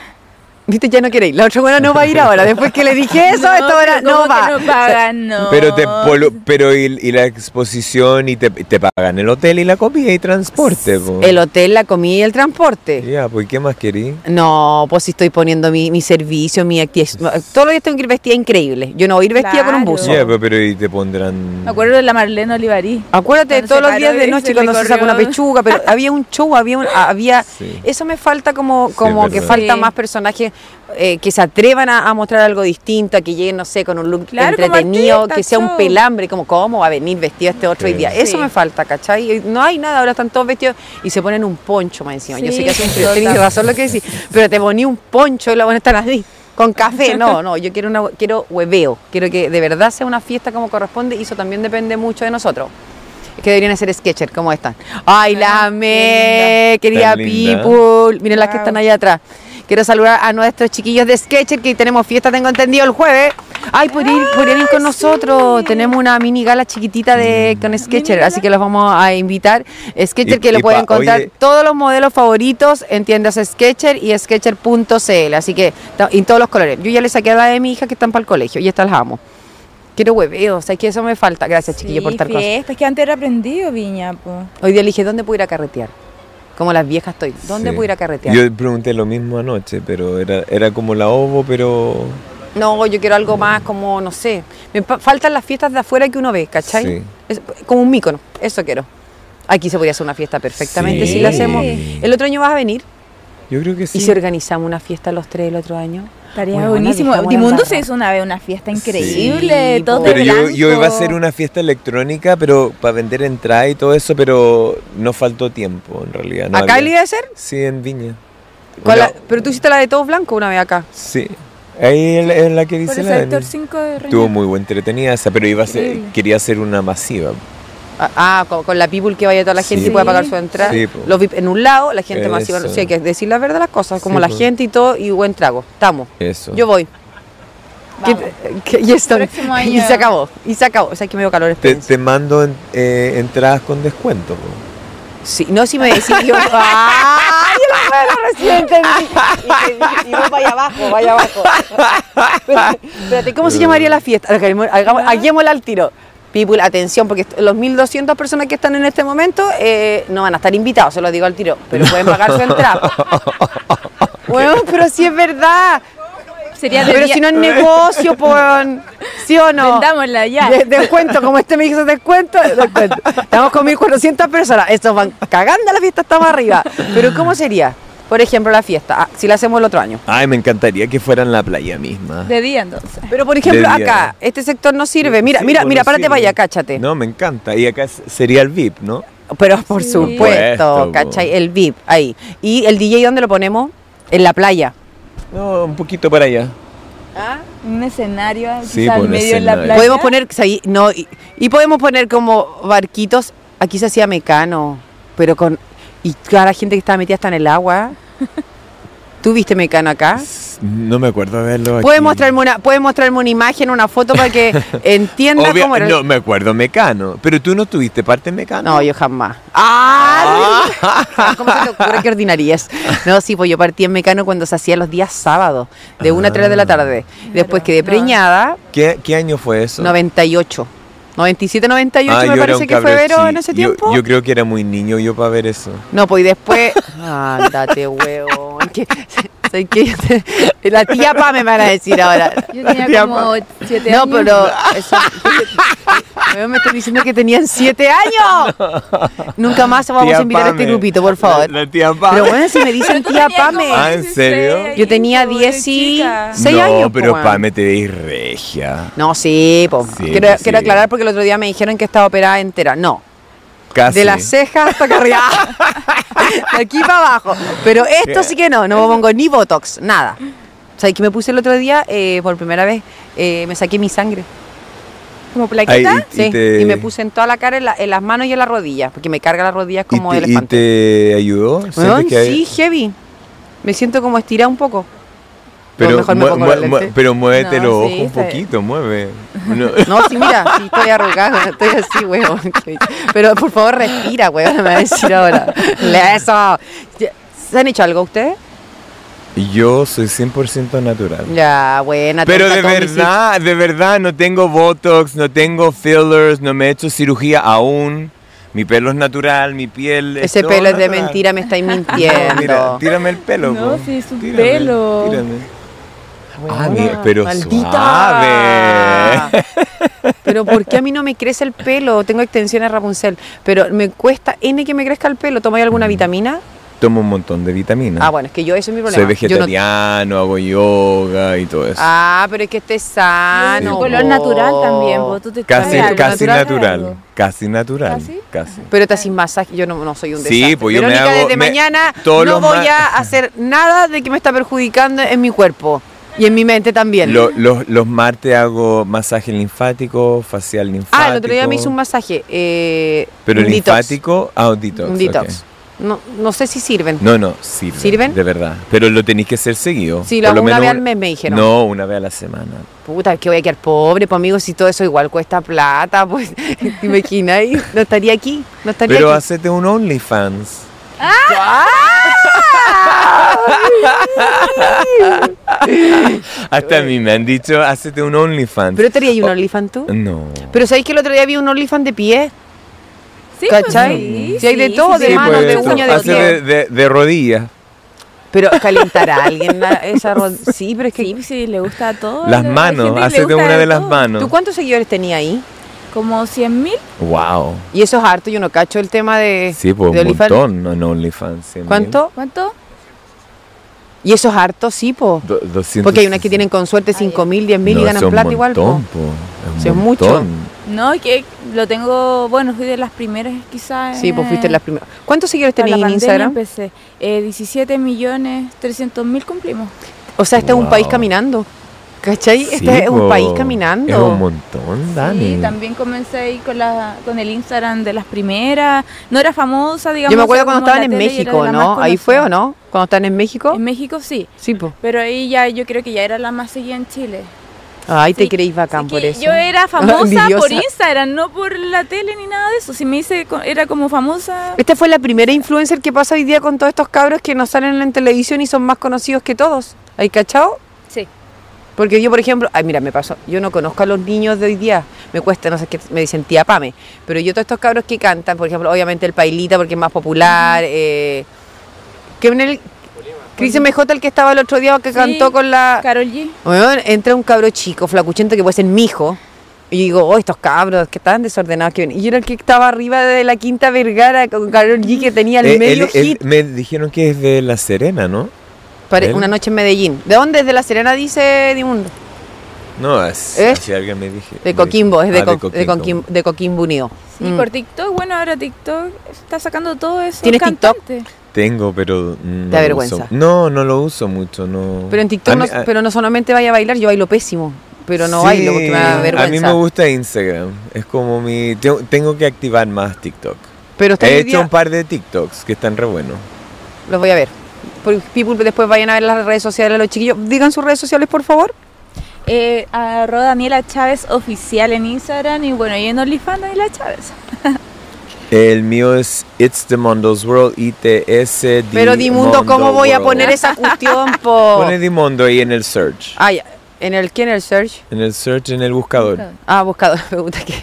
S1: Viste, ya no quiere ir. La otra buena no va a ir ahora. Después que le dije eso, esta hora
S3: pero ¿cómo
S1: no va.
S3: que no pagan, no.
S2: Pero, te, polo- pero y, y la exposición y te, te pagan el hotel y la comida y transporte. po.
S1: El hotel, la comida y el transporte.
S2: Ya, pues ¿qué más querí?
S1: No, pues si estoy poniendo mi, mi servicio, mi actividad. Todos los días tengo que ir vestida increíble. Yo no voy a ir vestida con un
S3: Claro.
S1: buzo.
S2: Ya, pues, pero y te pondrán...
S3: Me acuerdo de la Marlene Olivarí.
S1: Acuérdate de
S3: Cuando
S1: todos
S3: se
S1: los
S3: paró
S1: días de
S3: y
S1: noche
S3: se
S1: cuando
S3: le
S1: se saca una
S3: corrió.
S1: pechuga, pero había un show, había un- había
S2: Sí.
S1: eso me falta como
S2: Sí,
S1: como
S2: es
S1: que
S2: verdad.
S1: faltan
S3: Sí.
S1: más personajes eh, que se atrevan a, a mostrar algo distinto, a que lleguen no sé con un look
S3: Claro, como
S1: entretenido,
S3: artista,
S1: que sea un
S3: show.
S1: pelambre, como cómo va a venir vestido este otro
S2: Sí.
S1: hoy día. Eso
S3: Sí.
S1: me falta, ¿cachai? Y No hay nada, ahora están todos vestidos y se ponen un poncho más encima. Yo sé
S3: Sí,
S1: que hace un frío,
S3: total.
S1: tenés razón lo que decís, pero te poní un poncho y la van a estar así. Con café, no, no, yo quiero una quiero hueveo, quiero que de verdad sea una fiesta como corresponde y eso también depende mucho de nosotros. Es que deberían hacer sketcher, ¿cómo están? ¡Ay, la
S3: Ah,
S1: amé! Querida
S2: Tan linda.
S1: people. Miren las que
S3: Wow.
S1: están allá atrás. Quiero saludar a nuestros chiquillos de sketcher que tenemos fiesta, tengo entendido, el jueves. ¡Ay, podrían
S3: Ah,
S1: ir, podrían ir con nosotros! Tenemos una mini gala chiquitita de, con sketcher,
S3: gala.
S1: así que los vamos a invitar. Sketcher
S2: Mm. Y-
S1: que lo
S2: y
S1: pueden
S2: pa-
S1: encontrar
S2: oye.
S1: todos los modelos favoritos en tiendas Sketcher y Sketcher.cl, así que ta- en todos los colores. Yo ya le saqué a la de mi hija que están para el colegio y estas las amo. Quiero hueveos, o sea, que eso me falta. Gracias, chiquillo, por estar con nosotros.
S3: fiestas, que antes era aprendido, Viña, po.
S1: Hoy día le dije, ¿dónde puedo ir a carretear? Como las viejas estoy, ¿dónde
S2: Sí.
S1: puedo ir a carretear?
S2: Yo pregunté lo mismo anoche, pero era, era como la ovo, pero...
S1: No, yo quiero algo más como, no sé. Me pa- faltan las fiestas de afuera que uno ve, ¿cachai?
S2: Sí.
S1: Es como un mícono, eso quiero. Aquí se podría hacer una fiesta perfectamente si
S3: Sí.
S1: la hacemos. El otro año vas a venir
S2: Yo creo que sí.
S1: y si organizamos una fiesta los tres el otro año.
S3: Estaría
S1: Bueno,
S3: buenísimo.
S1: dejamos la
S3: Dimundo
S1: embarra.
S3: se hizo una vez una fiesta increíble,
S1: Sí,
S3: todo
S1: po.
S3: de
S2: Pero yo, yo
S3: blanco.
S2: iba a hacer una fiesta electrónica, pero para vender entrada y todo eso, pero no faltó tiempo en realidad. no
S1: ¿Acá
S2: había-
S1: le iba a hacer?
S2: Sí, en Viña.
S1: Con
S2: Una-
S1: la- pero tú hiciste la de todos blancos una vez acá.
S2: Sí. Ahí es la- es la que
S3: Por
S2: dice
S3: el
S2: la Dani.
S3: sector 5 de Reñaca.
S2: Estuvo muy buena, entretenida esa, pero iba a ser-
S3: Increíble.
S2: quería hacer una masiva.
S1: Ah, ah, con, con la people que vaya toda la
S2: Sí,
S1: gente y
S2: po.
S1: pueda pagar su entrada.
S2: Sí, po.
S1: Los VIP en un lado, la gente masiva.
S2: Eso.
S1: Sí, hay que decir la verdad las cosas, como
S2: Sí,
S1: la
S2: po.
S1: gente y todo, y buen trago. Estamos.
S2: Eso.
S1: Yo voy.
S3: Vamos.
S1: Que- que- y esto-
S3: Próximo
S1: y
S3: año.
S1: se acabó, y se acabó. O sea, que me dio calor.
S2: Te,
S1: espérense.
S2: te mando en- eh, entradas con descuento. po.
S1: Sí, no, si me decís yo. Ah. ¡Ay, la perra recién
S3: Ah,
S1: entendí! Y, y vos vaya abajo, vaya abajo. Espérate, ¿cómo se llamaría la fiesta? Hagamos- hagamos- Hagámosla al tiro. People, atención, porque est- los 1.200 personas que están en este momento eh, no van a estar invitados, se lo digo al tiro, pero pueden pagar su entrada. Bueno, pero si es verdad.
S3: Sería de
S1: pero
S3: día-
S1: si no es negocio, por... ¿sí o no?
S3: Vendámosla ya.
S1: De- descuento, como este me dice descuento, descuento. Estamos con 1.400 personas. Estos van cagando la fiesta, estamos arriba. Pero ¿cómo sería? Por ejemplo, la fiesta, ah, si la hacemos el otro año.
S2: Ay, me encantaría que fuera en la playa misma.
S3: De día entonces.
S1: Pero por ejemplo,
S2: De día.
S1: acá, este sector no sirve. Mira,
S2: Sí,
S1: mira,
S2: bueno,
S1: mira, párate
S2: sí.
S1: para allá, cáchate.
S2: No, me encanta. Y acá es- sería el VIP, ¿no?
S1: Pero por
S3: Sí.
S1: supuesto,
S2: Supuesto, po.
S1: ¿cachai? El VIP, ahí. ¿Y el DJ dónde lo ponemos? En la playa.
S2: No, un poquito para allá.
S3: Ah. Un escenario,
S2: Sí,
S3: quizá al
S2: por
S3: medio en la
S2: escenario.
S3: playa.
S1: Podemos poner, sí, no, y, y podemos poner como barquitos, aquí se hacía mecano, pero con, y toda la gente que estaba metida está en el agua. ¿Tú viste mecano acá?
S2: S- No me acuerdo verlo. aquí.
S1: ¿Puedes mostrarme, una, puedes mostrarme una imagen, una foto para que entienda
S2: Obvia-
S1: cómo era?
S2: No, me acuerdo Mecano. Pero tú no tuviste parte en Mecano.
S1: No, yo jamás. ¡Ah! ¿Cómo se te ocurre que ordinarías? No, sí, pues yo partí en Mecano cuando se hacía los días sábados, de 1 a 3 de
S2: Ah.
S1: la tarde. Después
S3: Claro,
S1: quedé
S3: no.
S1: preñada,
S2: ¿Qué, qué año fue eso?
S1: 98. 97, 98
S2: Ah, yo
S1: me
S2: era
S1: parece
S2: un
S1: que fue
S2: cabro,
S1: Vero
S2: sí.
S1: en ese
S2: Yo-
S1: tiempo.
S2: Yo, creo que era muy niño yo para ver eso.
S1: No, pues y después. Ándate, huevón. Que, ¿sabes qué? La tía Pa me van a decir ahora.
S3: Yo
S1: La tía
S3: tenía como
S1: Pa.
S3: siete
S1: No,
S3: años.
S1: pero. eso- Huevón, me están diciendo que tenían siete años. Nunca más vamos
S2: Tía
S1: a invitar a este
S2: Pame.
S1: grupito, por favor.
S2: La, la tía Pame.
S1: Pero bueno, si me dicen
S3: Pero tú
S1: tía
S3: tenías como
S1: Pame.
S2: Ah, ¿en serio?
S3: 16,
S1: Yo tenía
S3: pobre
S1: 16
S3: chica.
S1: seis
S2: no,
S1: años, pues, po,
S2: pero
S1: weón.
S2: Pame te veis regia.
S1: No, sí, pues.
S2: Sí,
S1: quiero,
S2: pues,
S1: quiero
S2: sí.
S1: aclarar porque el otro día me dijeron que estaba operada entera. No.
S2: Casi.
S1: De las cejas hasta acá arriba. De aquí para abajo. Pero esto sí que no, no me pongo ni Botox, nada. O sea, que me puse el otro día, eh, por primera vez, eh, me saqué mi sangre.
S3: Como
S2: Ay,
S3: plaqueta.
S2: y,
S1: Sí,
S2: y te-
S1: y me puse en toda la cara, en, la- en las manos y en las rodillas, porque me carga las rodillas
S2: y
S1: como
S2: te- y
S1: elefante.
S2: te ayudó. ¿Sientes
S1: Weón,
S2: que hay-
S1: sí, heavy. Me siento como estirada un poco.
S2: Pero,
S1: mejor me
S2: mue-
S1: pongo los
S2: mue- mue-
S1: lentes.
S2: pero muévete
S3: No,
S2: los
S3: sí,
S2: ojos un
S3: está bien.
S2: poquito, mueve. No.
S1: No, sí, mira, sí, estoy arrugada, estoy así, huevón. Pero por favor, respira, huevón, me va a decir ahora. ¡Eso! ¿Se han hecho algo ustedes?
S2: Yo soy 100% natural.
S1: Ya, buena.
S2: Pero
S1: tonta,
S2: de
S1: Tommy, sí.
S2: verdad, de verdad, no tengo Botox, no tengo fillers, no me he hecho cirugía aún. Mi pelo es natural, mi piel es
S1: Ese
S2: todo
S1: pelo es de
S2: natural.
S1: mentira, me estáis
S2: No, mira,
S1: mintiendo.
S2: tírame el pelo.
S3: No,
S2: po.
S3: sí, es un
S2: Tírame,
S3: pelo.
S2: tírame. Ah,
S1: Huevona,
S2: mira, pero
S1: maldita.
S2: suave.
S1: Pero ¿por qué a mí no me crece el pelo? Tengo extensiones Rapunzel, pero me cuesta N que me crezca el pelo. ¿Tomáis
S2: Mm.
S1: alguna vitamina?
S2: Tomo un montón de vitaminas.
S1: Ah, bueno, es que yo, eso es mi problema.
S2: Soy
S1: Yo no-
S2: vegetariano, hago yoga y todo eso.
S1: Ah, pero es que este es
S3: Es
S1: sano.
S3: un color
S1: po.
S3: natural también, vos tú te
S2: Ah, Casi,
S1: Natural, ¿Ah,
S3: cambias
S2: casi
S3: algo.
S2: natural, Casi natural.
S3: ¿Casi?
S2: Casi.
S1: Pero te haces masaje, yo no, no soy un
S2: Sí,
S1: desastre.
S2: pues yo me
S1: Verónica,
S2: hago-
S1: desde
S2: me-
S1: mañana
S2: todos
S1: no
S2: los
S1: voy
S2: ma-
S1: a hacer nada de que me está perjudicando en mi cuerpo y en mi mente también.
S2: Lo- los, los martes hago masaje linfático, facial linfático.
S1: ah, el otro día me hizo un masaje. eh,
S2: Pero
S1: un detox,
S2: linfático, ah, un detox.
S1: un detox. No, no sé si sirven.
S2: ok. No, no, sirven.
S1: ¿Sirven?
S2: De verdad. Pero lo tenéis que hacer seguido.
S1: Sí, lo
S2: Por
S1: hago una
S2: menos
S1: vez al mes, me dijeron.
S2: No, una vez a la semana.
S1: Puta, que voy a quedar pobre, pues amigos, si todo eso igual cuesta plata, pues te imaginas, y no estaría aquí, no estaría
S2: Pero
S1: aquí.
S2: hacete un OnlyFans.
S1: ¡Ah!
S2: Hasta a mí me han dicho, hacete un OnlyFans.
S1: Pero estaría ahí un OnlyFans tú.
S2: Oh. no.
S1: Pero sabéis que el otro día vi un OnlyFans de pie.
S3: Sí,
S1: ¿Cachai?
S3: pues,
S1: Sí, hay de todo, de
S2: Sí,
S1: manos,
S2: pues,
S1: de
S2: tú
S1: uñas, de
S2: haces
S1: pie.
S2: de, de, de rodillas.
S1: Pero calentará alguien la- esa ro- Sí, pero es que.
S3: Sí, pues, sí, le gusta a todo.
S2: Las
S3: Hay
S2: manos,
S3: gente que le
S2: hacete
S3: gusta
S2: una de las
S3: todo.
S2: manos.
S1: ¿Tú cuántos seguidores tenía ahí?
S3: Como 100 mil.
S2: Wow.
S1: Y eso es harto, yo no cacho el tema de.
S2: Sí, pues
S1: de
S2: un
S1: OnlyFans.
S2: montón en OnlyFans. cien mil.
S1: ¿Cuánto?
S3: ¿Cuánto?
S1: Y eso es harto, sí, po.
S2: Do- 200.
S1: Porque hay unas que tienen con suerte 5 mil, 10 mil y
S2: No,
S1: ganan
S2: eso es
S1: plata
S2: un
S1: igual, po.
S2: montón, po.
S1: Eso
S2: Es,
S1: es
S2: un
S1: mucho.
S2: montón.
S3: No, que lo tengo, bueno, fui de las primeras quizás.
S1: Sí, pues fuiste la primera. ¿Cuántos seguidores
S3: Con
S1: tenías
S3: la
S1: en
S3: pandemia
S1: Instagram?
S3: empecé. Eh, 17 millones 300 mil cumplimos.
S1: O sea, este es un
S2: Wow.
S1: país caminando. ¿Cachai?
S2: Sí,
S1: este es un
S2: po.
S1: país caminando.
S2: Es un montón, Dani.
S3: Sí, también comencé ahí con, la, con el Instagram de las primeras. No era famosa, digamos.
S1: Yo me acuerdo
S3: era
S1: cuando
S3: como
S1: estaban en
S3: la tele y era
S1: México,
S3: la más
S1: ¿no? Ahí fue o
S3: conocida.
S1: no? Cuando estaban en México.
S3: En México sí.
S1: Sí, po.
S3: Pero ahí ya yo creo que ya era la más seguida en Chile.
S1: Ay, te
S3: Sí,
S1: creéis bacán
S3: sí
S1: por
S3: que
S1: eso.
S3: Yo era famosa
S1: Envidiosa.
S3: por Instagram, no por la tele ni nada de eso. Si me hice, co- era como famosa.
S1: Esta fue la primera influencer que pasa hoy día con todos estos cabros que nos salen en televisión y son más conocidos que todos. ¿Hay cachao?
S3: Sí.
S1: Porque yo, por ejemplo, ay, mira, me pasó, yo no conozco a los niños de hoy día, me cuesta, no sé qué, me dicen tía Pame, pero yo todos estos cabros que cantan, por ejemplo, obviamente el Pailita porque es más popular, eh, que en el, Cris MJ el que estaba el otro día que cantó con la...
S3: Carol G.
S1: Weón, entra un cabro chico, flacuchento, que puede ser mi hijo. Y yo digo, oh, estos cabros que están desordenados. Que vienen". Y yo era el que estaba arriba de la Quinta Vergara con Carol G, que tenía el
S2: Eh,
S1: medio
S2: él- él-
S1: hit.
S2: me dijeron que es de La Serena, ¿no?
S1: Pare-
S2: él-
S1: Una noche en Medellín. ¿De dónde? ¿Desde La Serena dice Dimundo?
S2: No, es,
S1: ¿Eh?
S2: si alguien me dije.
S1: De Coquimbo, es de,
S2: Ah,
S1: Co- de Coquim- de Coquimbo Unido.
S3: Sí,
S1: Mm.
S3: por TikTok. Bueno, ahora TikTok está sacando todo eso.
S1: ¿Tienes TikTok?
S2: Tengo, pero no
S1: Te
S2: lo
S1: avergüenza.
S2: uso. No, no lo uso mucho, no.
S1: Pero en TikTok,
S2: A
S1: no,
S2: mí- a-
S1: pero no solamente vaya a bailar, yo bailo pésimo. Pero no
S2: sí,
S1: bailo porque me da vergüenza.
S2: A mí me gusta Instagram, es como mi... Tengo, tengo que activar más TikTok.
S1: Pero está
S2: He
S1: hoy
S2: hecho
S1: día,
S2: un par de TikToks que están re buenos.
S1: los voy a ver. Por- People, después vayan a ver las redes sociales de los chiquillos. Digan sus redes sociales, por favor.
S3: Eh, arroba Daniela Chávez oficial en Instagram y bueno, y en OnlyFans Daniela Chávez.
S2: El mío es It's the Mondo's World, ITS.
S1: Pero Dimundo, ¿cómo voy a poner esa cuestión? Po?
S2: Pone Dimundo ahí en el search.
S1: Ay, ¿en el qué? ¿En el search?
S2: En el search, en el buscador.
S1: Ah, buscador, me gusta que...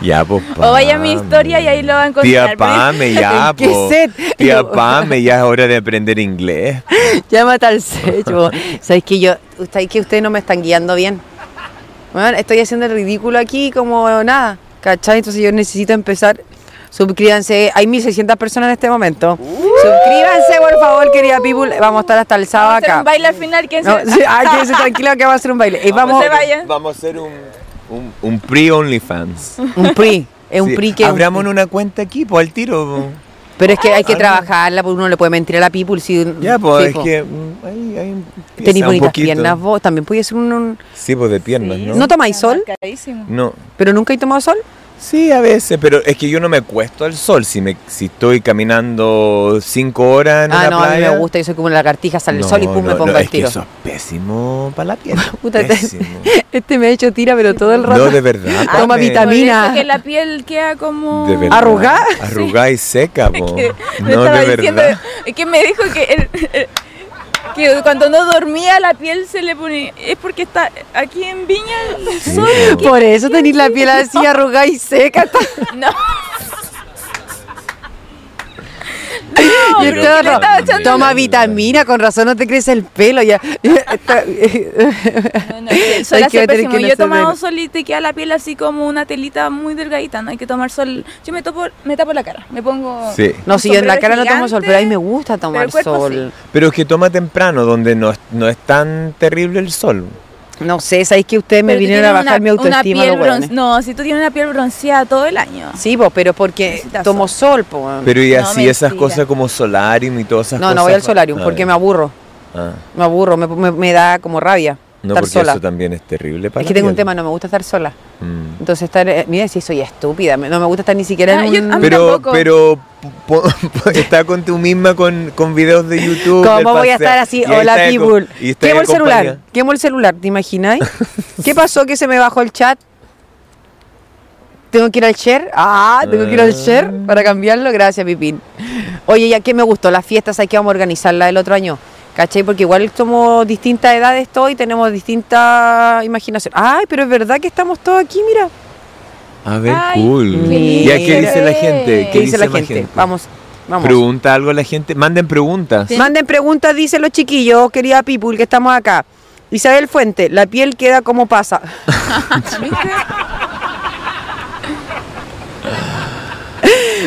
S2: Ya, pues.
S3: O vaya a mi historia y ahí lo va a encontrar,
S2: Tía
S3: pero-
S2: Pame, ya,
S1: ¡Qué
S2: po.
S1: set!
S2: Tía Pame, ya es hora de aprender inglés.
S1: Llámate al sello. ¿Sabéis que yo, sabéis que ustedes no me están guiando bien? Bueno, estoy haciendo el ridículo aquí como nada, ¿cachai? Entonces yo necesito empezar. Suscríbanse, hay 1600 personas en este momento. Suscríbanse, por favor, querida people. Vamos a estar hasta el sábado
S3: Vamos a hacer
S1: acá.
S3: un baile al final, ¿quién
S1: No,
S3: se-
S1: sí, ah, quédense tranquila que va a ser un baile. Y vamos,
S3: se va- vayan.
S2: Vamos a hacer un, un, un pre-OnlyFans.
S1: un pri, es un
S2: Sí,
S1: pri que es un
S2: Abramos
S1: pri.
S2: una cuenta aquí, pues al tiro.
S1: Pero es que hay que
S2: Ah, no.
S1: trabajarla, porque uno le puede mentir a la people. Si,
S2: po. Ya, pues
S1: sí,
S2: es
S1: po.
S2: que. mm, Ahí, ahí empieza
S1: Tenéis
S2: un
S1: bonitas
S2: poquito.
S1: piernas vos, también podía ser un, un-
S2: Sí, pues de piernas,
S3: Sí,
S2: ¿no?
S1: ¿No tomáis
S3: está
S1: sol?
S3: marcadísimo.
S2: No.
S1: ¿Pero nunca he tomado sol?
S2: Sí, a veces, pero es que yo no me acuesto al sol. Si, me, si estoy caminando cinco horas en
S1: ah,
S2: una
S1: no, a
S2: playa.
S1: mí me gusta, yo soy como una lagartija, sale el sol y
S2: No,
S1: pum, me
S2: no,
S1: pongo
S2: no,
S1: al
S2: es que
S1: tiro.
S2: eso es pésimo para la piel.
S1: Puta, te-
S2: pésimo.
S1: Este me ha hecho tira, pero todo el rato.
S2: No, de verdad.
S1: Toma
S2: Pame.
S1: vitamina.
S3: Por
S1: Camina.
S3: eso que la piel queda como...
S2: Ah, De verdad.
S1: ¿Arrugá?
S2: Arrugá y seca, po.
S3: que me
S2: No,
S3: estaba
S2: de
S3: diciendo
S2: verdad.
S3: es que me dijo que el- que cuando no dormía la piel se le ponía es porque está aquí en Viña el
S2: Sí,
S3: sol
S2: po.
S1: Por eso tenéis la piel así arrugada y seca. ta-
S3: no
S1: y
S2: pero
S1: todo
S2: ¿qué le
S1: ro-
S2: estaba echando?
S1: Toma vitamina, con razón no te crece el pelo ya. Está-
S3: no, no, el sol
S1: Hay que
S3: hace
S1: tener
S3: pésimo
S1: que no
S3: yo he
S1: hacer
S3: tomado
S1: menos.
S3: sol y te queda la piel así como una telita muy delgadita no hay que tomar sol yo me topo me tapo la cara me pongo
S2: Sí.
S1: No,
S3: un
S1: si yo en la
S3: sombrero
S1: cara no tomo
S3: gigante.
S1: sol, pero a mí me gusta
S3: pero
S1: tomar
S3: el cuerpo
S1: sol.
S2: Pero es que toma temprano, donde no, es- no es tan terrible el sol.
S1: No sé, sabéis que ustedes me
S3: Pero tú
S1: vinieron a
S3: tienes
S1: bajar mi
S3: una- una
S1: autoestima,
S3: piel
S1: los hueones.
S3: bronce- no si tú tienes una piel bronceada todo el año
S1: Sí, po, pero porque
S3: Necesitas
S1: tomo sol, po.
S2: Pero y
S3: No,
S2: así esas
S3: mentira.
S2: cosas como solarium y todas esas
S1: No,
S2: cosas.
S1: no voy al solarium
S2: Ah,
S1: porque
S2: ya.
S1: me aburro.
S2: Ah,
S1: Me aburro, me, me- me da como rabia
S2: no,
S1: estar
S2: porque
S1: sola.
S2: eso también es terrible para
S1: Es
S2: la
S1: que tengo un
S2: piel.
S1: tema, no me gusta estar sola.
S2: Mm.
S1: Entonces estar, eh, mira si soy estúpida, me- no me gusta estar ni siquiera
S3: Ah,
S1: en
S3: yo-
S1: un-
S3: a mí
S2: Pero,
S3: tampoco.
S2: pero po- po- está con tú misma con, con videos de YouTube. del
S1: ¿Cómo voy a
S2: paseo,
S1: estar así?
S2: y ahí
S1: Hola,
S2: está de co-
S1: people.
S2: y está
S1: Quemo
S2: de
S1: el celular.
S2: compañía.
S1: Quemo el celular, ¿te imagináis? ¿Qué pasó que se me bajó el chat? ¿Tengo que ir al share? Ah, tengo que ir al share para cambiarlo. Gracias, Pipín. Oye, ya que me gustó las fiestas, hay que vamos a organizarla el otro año. ¿Cachai? Porque igual somos distintas edades todos y tenemos distinta imaginación. Ay, pero es verdad que estamos todos aquí, mira.
S2: A ver,
S3: Ay,
S2: cool.
S1: qué
S2: ¿Y a qué
S1: lindo.
S2: dice la gente?
S1: ¿Qué, dice la gente? Vamos, vamos.
S2: Pregunta algo a la gente. Manden preguntas.
S1: Manden preguntas, dicen los chiquillos, Oh, querida people, que estamos acá. Isabel Fuente, la piel queda como pasa.
S3: ¿Viste?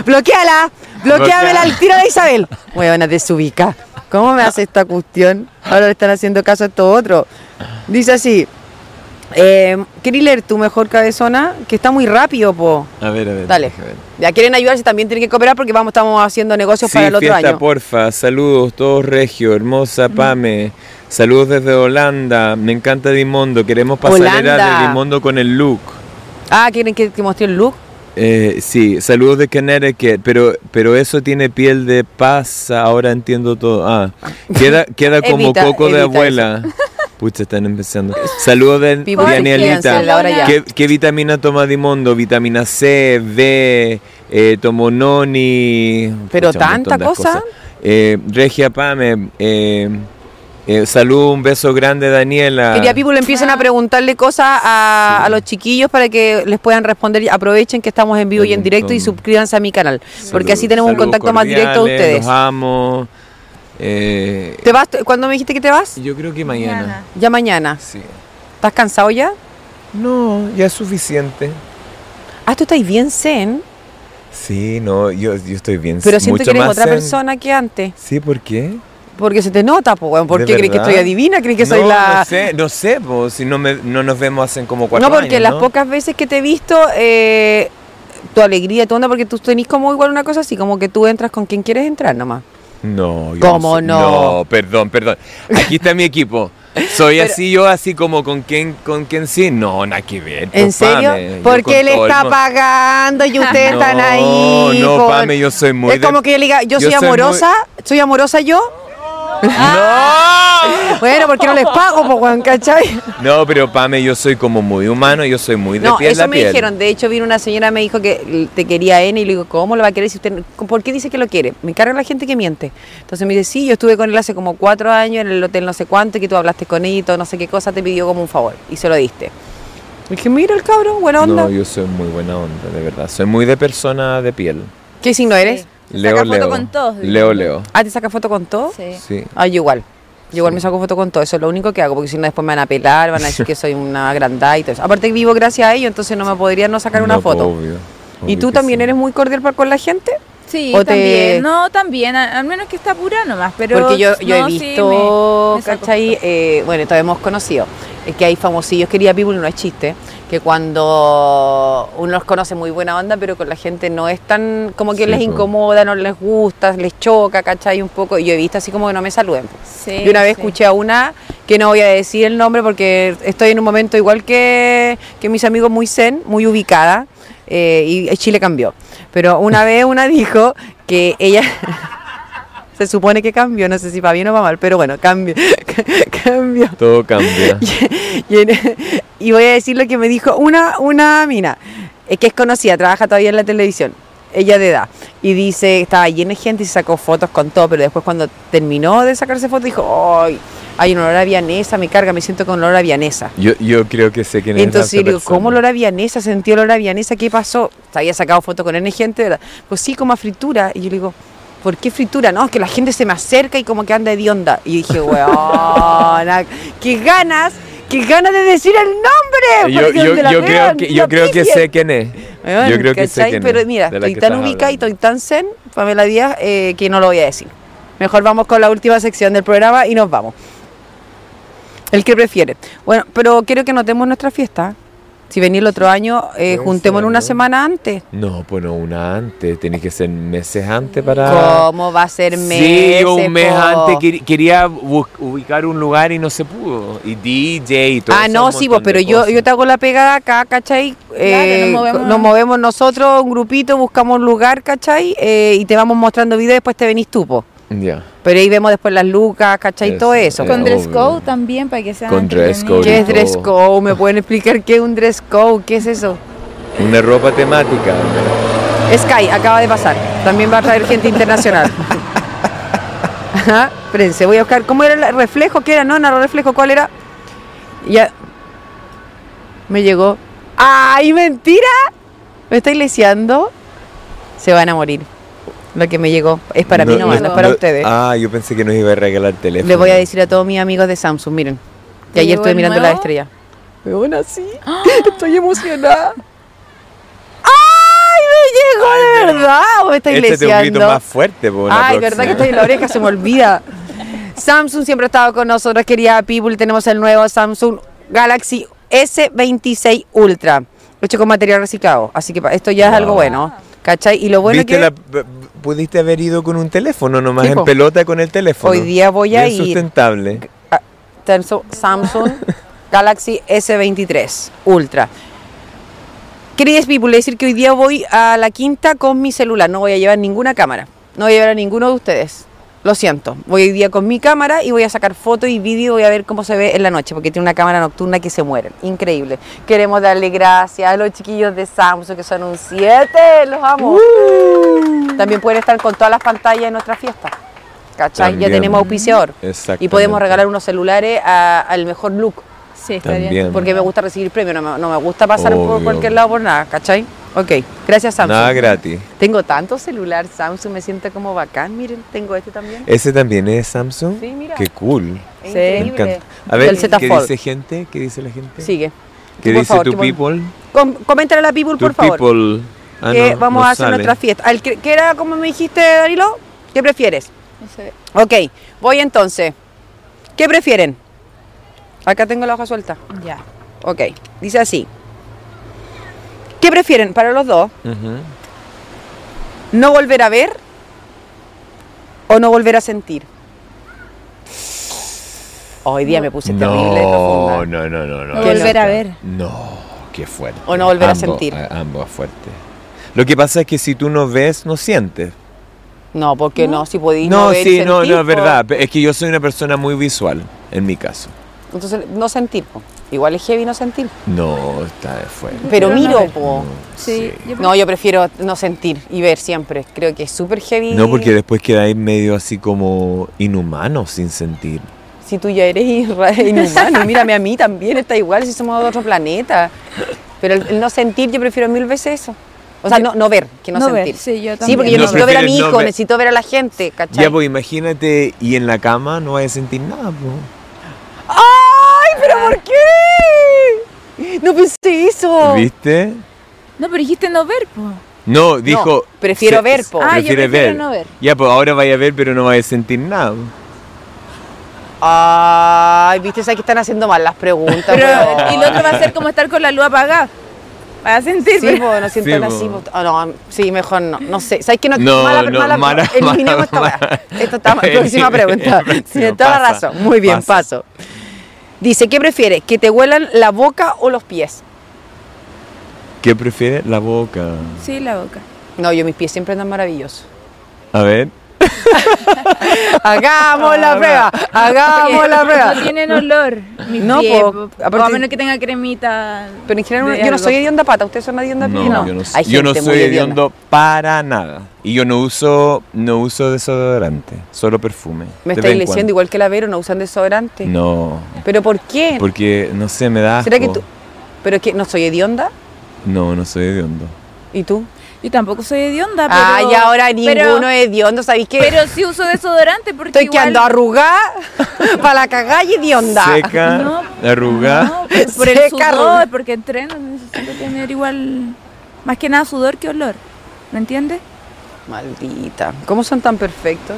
S1: ¡Bloqueala! ¡Bloqueamela
S2: Bloquea.
S1: al tiro de Isabel! Huevona desubica. ¿Cómo me hace esta cuestión? Ahora le están haciendo caso a esto otro. Dice así. Eh, ¿Querís leer tu mejor cabezona? Que está muy rápido, po.
S2: A ver, a ver.
S1: Dale.
S2: deja ver.
S1: Ya quieren ayudarse, también tienen que cooperar porque vamos, estamos haciendo negocios
S2: Sí,
S1: para el otro
S2: fiesta,
S1: año.
S2: porfa. Saludos, todos regio, hermosa Pame. Saludos desde Holanda. Me encanta Dimondo. Queremos pasarela
S1: Holanda.
S2: de Dimondo con el look.
S1: Ah, ¿quieren que, que mostré el look?
S2: Eh, sí, saludos de Connecticut, pero, pero eso tiene piel de pasa, ahora entiendo todo. Ah, queda, queda como
S1: Evita-
S2: coco de
S1: evita
S2: abuela. Pucha, están empezando. Saludos de
S1: People
S2: de
S1: can
S2: Anielita.
S1: cancel ahora ya.
S2: ¿Qué, qué vitamina toma Dimondo? Vitamina C, B, eh, tomo Noni.
S1: Pero
S2: un montón
S1: tanta
S2: de
S1: cosa.
S2: cosas. Eh, Regia Pame, eh, eh, salud, un beso grande Daniela.
S1: Quería people empiecen a preguntarle cosas a, a los chiquillos para que les puedan responder. y Aprovechen que estamos en vivo y en
S2: Un
S1: directo y
S2: montón.
S1: suscríbanse a mi canal. porque así
S2: Salud-
S1: tenemos un
S2: saludos
S1: contacto más directo a
S2: cordiales,
S1: ustedes.
S2: Los amo. Eh,
S1: ¿Te vas? ¿Cuándo me dijiste que te vas?
S2: Yo creo que mañana.
S3: Mañana.
S1: Ya mañana.
S2: Sí.
S1: ¿Estás cansado ya?
S2: No, ya es suficiente.
S1: Ah, tú estás bien zen,
S2: Sí, no, yo, yo estoy bien.
S1: pero siento
S2: mucho
S1: que eres
S2: más
S1: otra
S2: zen.
S1: persona que antes.
S2: Sí, ¿por qué?
S1: Porque se te nota, po, weón. ¿Por
S2: ¿De
S1: qué crees que
S2: verdad?
S1: estoy adivina? ¿Crees que soy
S2: no,
S1: la...?
S2: No sé, no sé, po, si no, me- no nos vemos hace como cuatro
S1: No,
S2: años.
S1: porque las
S2: ¿no?
S1: pocas veces que te he visto, eh, tu alegría, tu onda, porque tú tenés como igual una cosa así, como que tú entras con quien quieres entrar nomás.
S2: No, yo
S1: ¿Cómo
S2: sé-
S1: no?
S2: No, perdón, perdón. Aquí está mi equipo. Soy
S1: Pero-
S2: así yo, así como con quien, con quien sí. No, nada que ver.
S1: ¿En
S2: pues,
S1: serio?
S2: Pame, yo con
S1: Porque él
S2: todo el
S1: está
S2: mo-
S1: pagando y ustedes
S2: No,
S1: están ahí.
S2: no,
S1: po.
S2: Pame, yo soy muy
S1: Es
S2: de-
S1: como que yo le diga, yo,
S2: yo
S1: soy
S2: soy muy-
S1: amorosa, soy amorosa yo.
S2: ¡No!
S1: Bueno, porque no les pago, po, weón, ¿cachai?
S2: No, pero Pame, yo soy como muy humano, yo soy muy de
S1: No,
S2: piel
S1: eso
S2: a
S1: me
S2: piel.
S1: dijeron. De hecho, vino una señora me dijo que te quería N y le digo, ¿cómo lo va a querer si usted no- ¿Por qué dice que lo quiere? Me carga la gente que miente. Entonces me dice, sí, yo estuve con él hace como cuatro años en el hotel no sé cuánto, y que tú hablaste con él y todo, no sé qué cosa, te pidió como un favor y se lo diste. Y dije, mira el cabrón, buena onda.
S2: No, yo soy muy buena onda, de verdad. Soy muy de persona de piel.
S1: ¿Qué signo eres?
S3: Se
S2: Leo,
S3: saca foto
S2: Leo.
S3: con todos,
S2: Leo,
S3: digo.
S2: Leo.
S1: Ah, ¿te sacas foto con todo?
S3: Sí.
S2: Sí.
S1: Ah, yo igual. Yo igual
S2: Sí.
S1: me saco foto con todo, eso es lo único que hago, porque si no después me van a pelar, van a decir que soy una grandada y todo eso. Aparte que vivo gracias a ello, entonces no me podría no sacar una
S2: No,
S1: foto.
S2: obvio,
S1: ¿Y
S2: obvio
S1: tú
S2: que
S1: también
S2: sí.
S1: eres muy cordial para con la gente?
S3: Sí,
S1: O te-
S3: también. No, también. a- Al menos que está pura nomás. Pero
S1: Porque yo, yo he
S3: no, sí,
S1: visto,
S3: me- me saco
S1: ¿cachai? Eh, bueno, todavía hemos conocido eh, que hay famosillos, quería people, no es chiste, que cuando uno los conoce muy buena onda, pero con la gente no es tan, como que
S2: Sí,
S1: les
S2: po.
S1: incomoda, no les gusta, les choca, ¿cachai? Un poco, y yo he visto así como que no me saluden. po.
S3: Sí,
S1: Yo una vez
S3: sí.
S1: escuché a una, que no voy a decir el nombre porque estoy en un momento igual que, que mis amigos muy zen, muy ubicada, eh, y Chile cambió. Pero una vez una dijo que ella... Se supone que cambió, no sé si va bien o va mal, pero bueno, cambió. cambió.
S2: Todo cambia.
S1: Y, en- y voy a decir lo que me dijo una, una mina, eh, que es conocida, trabaja todavía en la televisión, ella de edad. Y dice, estaba llena de gente y se sacó fotos con todo, pero después cuando terminó de sacarse fotos dijo, ¡ay! Hay un olor a vianesa, me carga, me siento con olor a vianesa.
S2: Yo, yo creo que sé quién es
S1: Entonces
S2: esa
S1: yo le digo,
S2: persona.
S1: ¿cómo olor a vianesa? ¿Sentí olor a vianesa? ¿Qué pasó? Se había sacado foto con N gente, ¿verdad? Pues sí, como a fritura. Y yo le digo, ¿por qué fritura? No, es que la gente se me acerca y como que anda hedionda. Y dije, weona, qué ganas, qué ganas de decir el nombre.
S2: Yo,
S1: para que
S2: yo,
S1: donde la
S2: yo creo
S1: vean,
S2: que,
S1: la
S2: yo creo que
S1: pifien.
S2: sé quién es.
S1: Weón,
S2: yo creo que sé
S1: ¿cachai?
S2: quién es,
S1: Pero mira,
S2: de la
S1: estoy
S2: que
S1: tan
S2: estás
S1: ubicada y
S2: hablando.
S1: estoy tan zen, Pamela Díaz, eh, que no lo voy a decir. Mejor vamos con la última sección del programa y nos vamos. El que prefiere. Bueno, pero quiero que notemos nuestra fiesta. Si venís el otro año, eh,
S2: Puede
S1: juntémonos
S2: ser,
S1: una
S2: ¿no?
S1: semana antes.
S2: No, bueno, una antes. Tenés que ser meses antes para...
S1: ¿Cómo va a ser
S2: Ah. Sí,
S1: meses?
S2: yo un mes
S1: po?
S2: antes quer- quería bu- ubicar un lugar y no se pudo. Y DJ y todo.
S1: Ah,
S2: eso,
S1: no,
S2: un
S1: sí, vos,
S2: montón de
S1: pero yo,
S2: cosas.
S1: yo te hago la pegada acá, ¿cachai? Eh,
S3: nos movemos.
S1: nos movemos nosotros, un grupito, buscamos un lugar, ¿cachai? Eh, y te vamos mostrando videos, después te venís tú, po.
S2: Ya.
S1: Pero ahí vemos después las lucas, ¿cachai?
S2: Eso,
S1: todo eso.
S2: eh,
S3: Con dress
S2: obvio.
S3: code también, para que sean
S2: Con dress
S3: entretenidos.
S2: code
S1: ¿Qué
S2: y
S1: es dress
S2: todo.
S1: code? ¿Me pueden explicar qué es un dress code? ¿Qué es eso?
S2: Una ropa temática.
S1: Sky, acaba de pasar. También va a traer gente internacional. Ajá, espérense, voy a buscar. ¿Cómo era el reflejo? ¿Qué era? No, no, el reflejo, ¿cuál era? Ya. Me llegó. ¡Ay, mentira! ¿Me estáis leseando? Se van a morir. Lo que me llegó es para mí nomás, no es para
S2: no-
S1: ustedes.
S2: Ah, yo pensé que nos iba a regalar teléfono.
S1: Le voy a decir a todos mis amigos de Samsung, miren. Que
S3: ¿Te
S1: ayer
S3: llegó
S1: estuve
S3: el
S1: mirando
S3: nuevo?
S1: la estrella. Weona, sí. Estoy emocionada. ¡Ay, me llegó de verdad! ¿O me está
S2: Este es un grito
S1: iglesiando?
S2: más fuerte, po, la
S1: Ay, verdad que
S2: próxima.
S1: estoy en la oreja, se me olvida. Samsung siempre ha estado con nosotros, querida People. Tenemos el nuevo Samsung Galaxy S26 Ultra, hecho con material reciclado. Así que pa- esto ya es
S2: Wow.
S1: algo bueno. ¿Cachai? Y lo bueno es
S2: ¿Viste
S1: que
S2: la- p- p- pudiste haber ido con un teléfono nomás
S1: Sí, po.
S2: en pelota con el teléfono.
S1: Hoy día voy a
S2: Bien
S1: ir.
S2: sustentable.
S1: Ah, Samsung Samsung Galaxy S23 Ultra. Queridas people, decir que hoy día voy a la quinta con mi celular. No voy a llevar ninguna cámara. No voy a llevar a ninguno de ustedes. Lo siento. Voy hoy día con mi cámara y voy a sacar fotos y vídeo. Voy a ver cómo se ve en la noche, porque tiene una cámara nocturna que se muere. Increíble. Queremos darle gracias a los chiquillos de Samsung, que son un 7. Los amo. También pueden estar con todas las pantallas en nuestra fiesta. ¿Cachai?
S2: También.
S1: Ya tenemos auspiciador. Y podemos
S2: Exactamente.
S1: regalar unos celulares a- al mejor look.
S3: Sí, está bien.
S2: También.
S1: Porque me gusta recibir premios, no me, no me gusta pasar por
S2: Obvio.
S1: cualquier lado por nada, ¿cachai? Ok, gracias Samsung.
S2: Nada gratis.
S1: Tengo tanto celular Samsung, me siento como bacán. Miren, tengo este también.
S2: Ese también es Samsung.
S1: Sí, mira.
S2: Qué cool.
S1: Es
S3: Sí.
S2: Eh, Me
S1: increíble.
S2: encanta. A
S1: El
S2: ver,
S1: Z
S2: ¿qué
S1: Fold.
S2: dice gente? ¿Qué dice la gente?
S1: Sigue.
S2: ¿Qué
S1: Por
S2: dice
S1: favor,
S2: tu
S1: que pon-
S2: people?
S1: Com- coméntale a la people,
S2: Tu
S1: por favor.
S2: people. Ah,
S1: que
S2: no,
S1: vamos
S2: no
S1: a hacer
S2: sale.
S1: nuestra fiesta. Al que, que era como me dijiste, Danilo? ¿Qué prefieres?
S3: No sé.
S1: Ok, voy entonces. ¿Qué prefieren? Acá tengo la hoja suelta.
S3: Ya.
S1: Ok, dice así. ¿Qué prefieren para los dos?
S2: Ujú.
S1: ¿No volver a ver o no volver a sentir? Hoy día me puse terrible de
S2: No,
S1: profunda.
S2: no, no, no, no.
S3: No
S1: Que
S3: volver
S1: no.
S3: a ver.
S2: No, qué fuerte.
S1: O no volver a
S2: Ambos-
S1: sentir.
S2: a- ambos fuerte. Lo que pasa es que si tú no ves, no sientes.
S1: No, porque no, si podéis no,
S2: no,
S1: ver y
S2: sí, no,
S1: sentir,
S2: no,
S1: po.
S2: es verdad. Es que yo soy una persona muy visual, en mi caso.
S1: Entonces, no sentir, po. Igual es heavy no sentir.
S2: No, está de fuera.
S1: Pero
S3: Pero no
S1: miro,
S3: ver.
S1: po.
S3: Sí. yo-
S1: No, yo prefiero no sentir y ver siempre. Creo que es súper heavy.
S2: No, porque después quedáis medio así como inhumano, sin sentir.
S1: Si tú ya eres irra- inhumano, mírame a mí también, está igual si somos de otro planeta. Pero el, el no sentir, yo prefiero mil veces eso. O sea, no, no ver, que no,
S3: No ver,
S1: sentir.
S3: sí, yo
S1: Sí,
S3: también.
S1: porque yo
S2: No,
S1: necesito ver a mi
S2: prefieres no
S1: hijo,
S2: ver.
S1: necesito ver a la gente, ¿cachai?
S2: Ya, pues imagínate, y en la cama no vas a sentir nada, po.
S1: ¡Ay, pero por qué! No pensé eso.
S2: ¿Viste?
S3: No, pero dijiste no ver, po.
S2: No, dijo.
S1: prefiero
S2: se-
S1: ver, po.
S3: Ah, yo
S2: prefieres
S3: prefiero no ver.
S2: Ya, pues ahora vaya a ver, pero no vayas a sentir nada. po.
S1: Ay, viste, sabes que están haciendo mal las preguntas.
S3: Pero,
S1: weón.
S3: y lo otro va a ser como estar con la luz apagada. Para sentir.
S1: Sí, po, no sientan
S2: po.
S1: así. po. Ah, no, sí, mejor no. No sé. ¿Sabes qué? No,
S2: No,
S1: mala,
S2: no,
S1: mala,
S2: mala,
S1: eliminemos esta
S2: mala,
S1: weá. Esto está mal.
S2: Elimine-
S1: Próxima pregunta.
S2: próximo,
S1: Tiene toda la
S2: pasa,
S1: razón. Muy bien,
S2: pasa.
S1: paso. Dice, ¿qué prefieres? ¿Que te huelan la boca o los pies?
S2: ¿Qué prefieres? La boca.
S3: Sí, la boca.
S1: No, yo mis pies siempre andan maravillosos.
S2: A ver.
S1: Hagamos la prueba, hagamos
S3: Porque
S1: la
S3: No
S1: prueba.
S3: tienen olor. Mis
S1: No,
S3: pies,
S1: po,
S3: po.
S1: aparte-
S3: O a menos que tenga cremita.
S1: Pero en general
S3: de
S1: yo no
S3: algo.
S1: soy hedionda pata, ustedes son hedionda pie.
S2: No, yo no, soy-
S1: Hay
S2: yo no
S1: gente
S2: soy
S1: muy hedionda.
S2: hediondo para nada. Y yo no uso, no uso desodorante, solo perfume.
S1: Me
S2: de
S1: estáis
S2: vez en
S1: leyendo igual que la Vero, no usan desodorante.
S2: cuando. No,
S1: ¿Pero por qué?
S2: porque no sé, me da.
S1: ¿Será que
S2: asco.
S1: tú? Pero es que no soy hedionda.
S2: No, no soy hediondo.
S1: ¿Y tú?
S3: Yo tampoco soy hedionda, pero.
S1: Ah, y ahora
S3: pero-
S1: ninguno es hediondo, ¿sabéis qué?
S3: Pero sí uso desodorante porque.
S1: Estoy
S3: igual-
S1: quedando arrugada para la cagada y hedionda.
S2: Seca,
S3: No,
S2: arrugada.
S3: No, por- por el
S1: Seca, arrugada.
S3: sudor, porque entreno, necesito tener igual. Más que nada sudor que olor. ¿Me entiendes?
S1: Maldita. ¿Cómo son tan perfectos?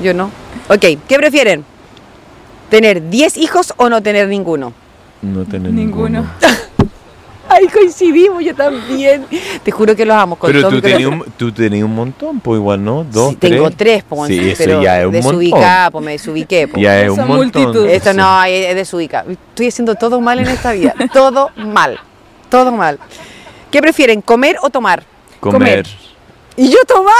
S1: Yo no. Ok, ¿qué prefieren? ¿Tener 10 hijos o no tener ninguno?
S2: No, tener
S3: Ninguno.
S2: ninguno.
S1: Ay, coincidimos, yo también. Te juro que los amo con
S2: Pero
S1: todo
S2: tú
S1: mi corazón.
S2: tenías un, tú tenías un montón, pues igual, ¿no? Dos,
S1: Sí, tengo tres, po,
S2: Sí, eso
S1: pero
S2: ya es un
S1: desubicada, po, me desubiqué. po.
S2: Ya es un
S3: Son
S2: montón.
S3: multitud.
S1: Esto no, es es desubicada. Estoy haciendo todo mal en esta vida, todo mal, todo mal. ¿Qué prefieren, comer o tomar?
S2: Comer.
S1: ¡Y yo tomar!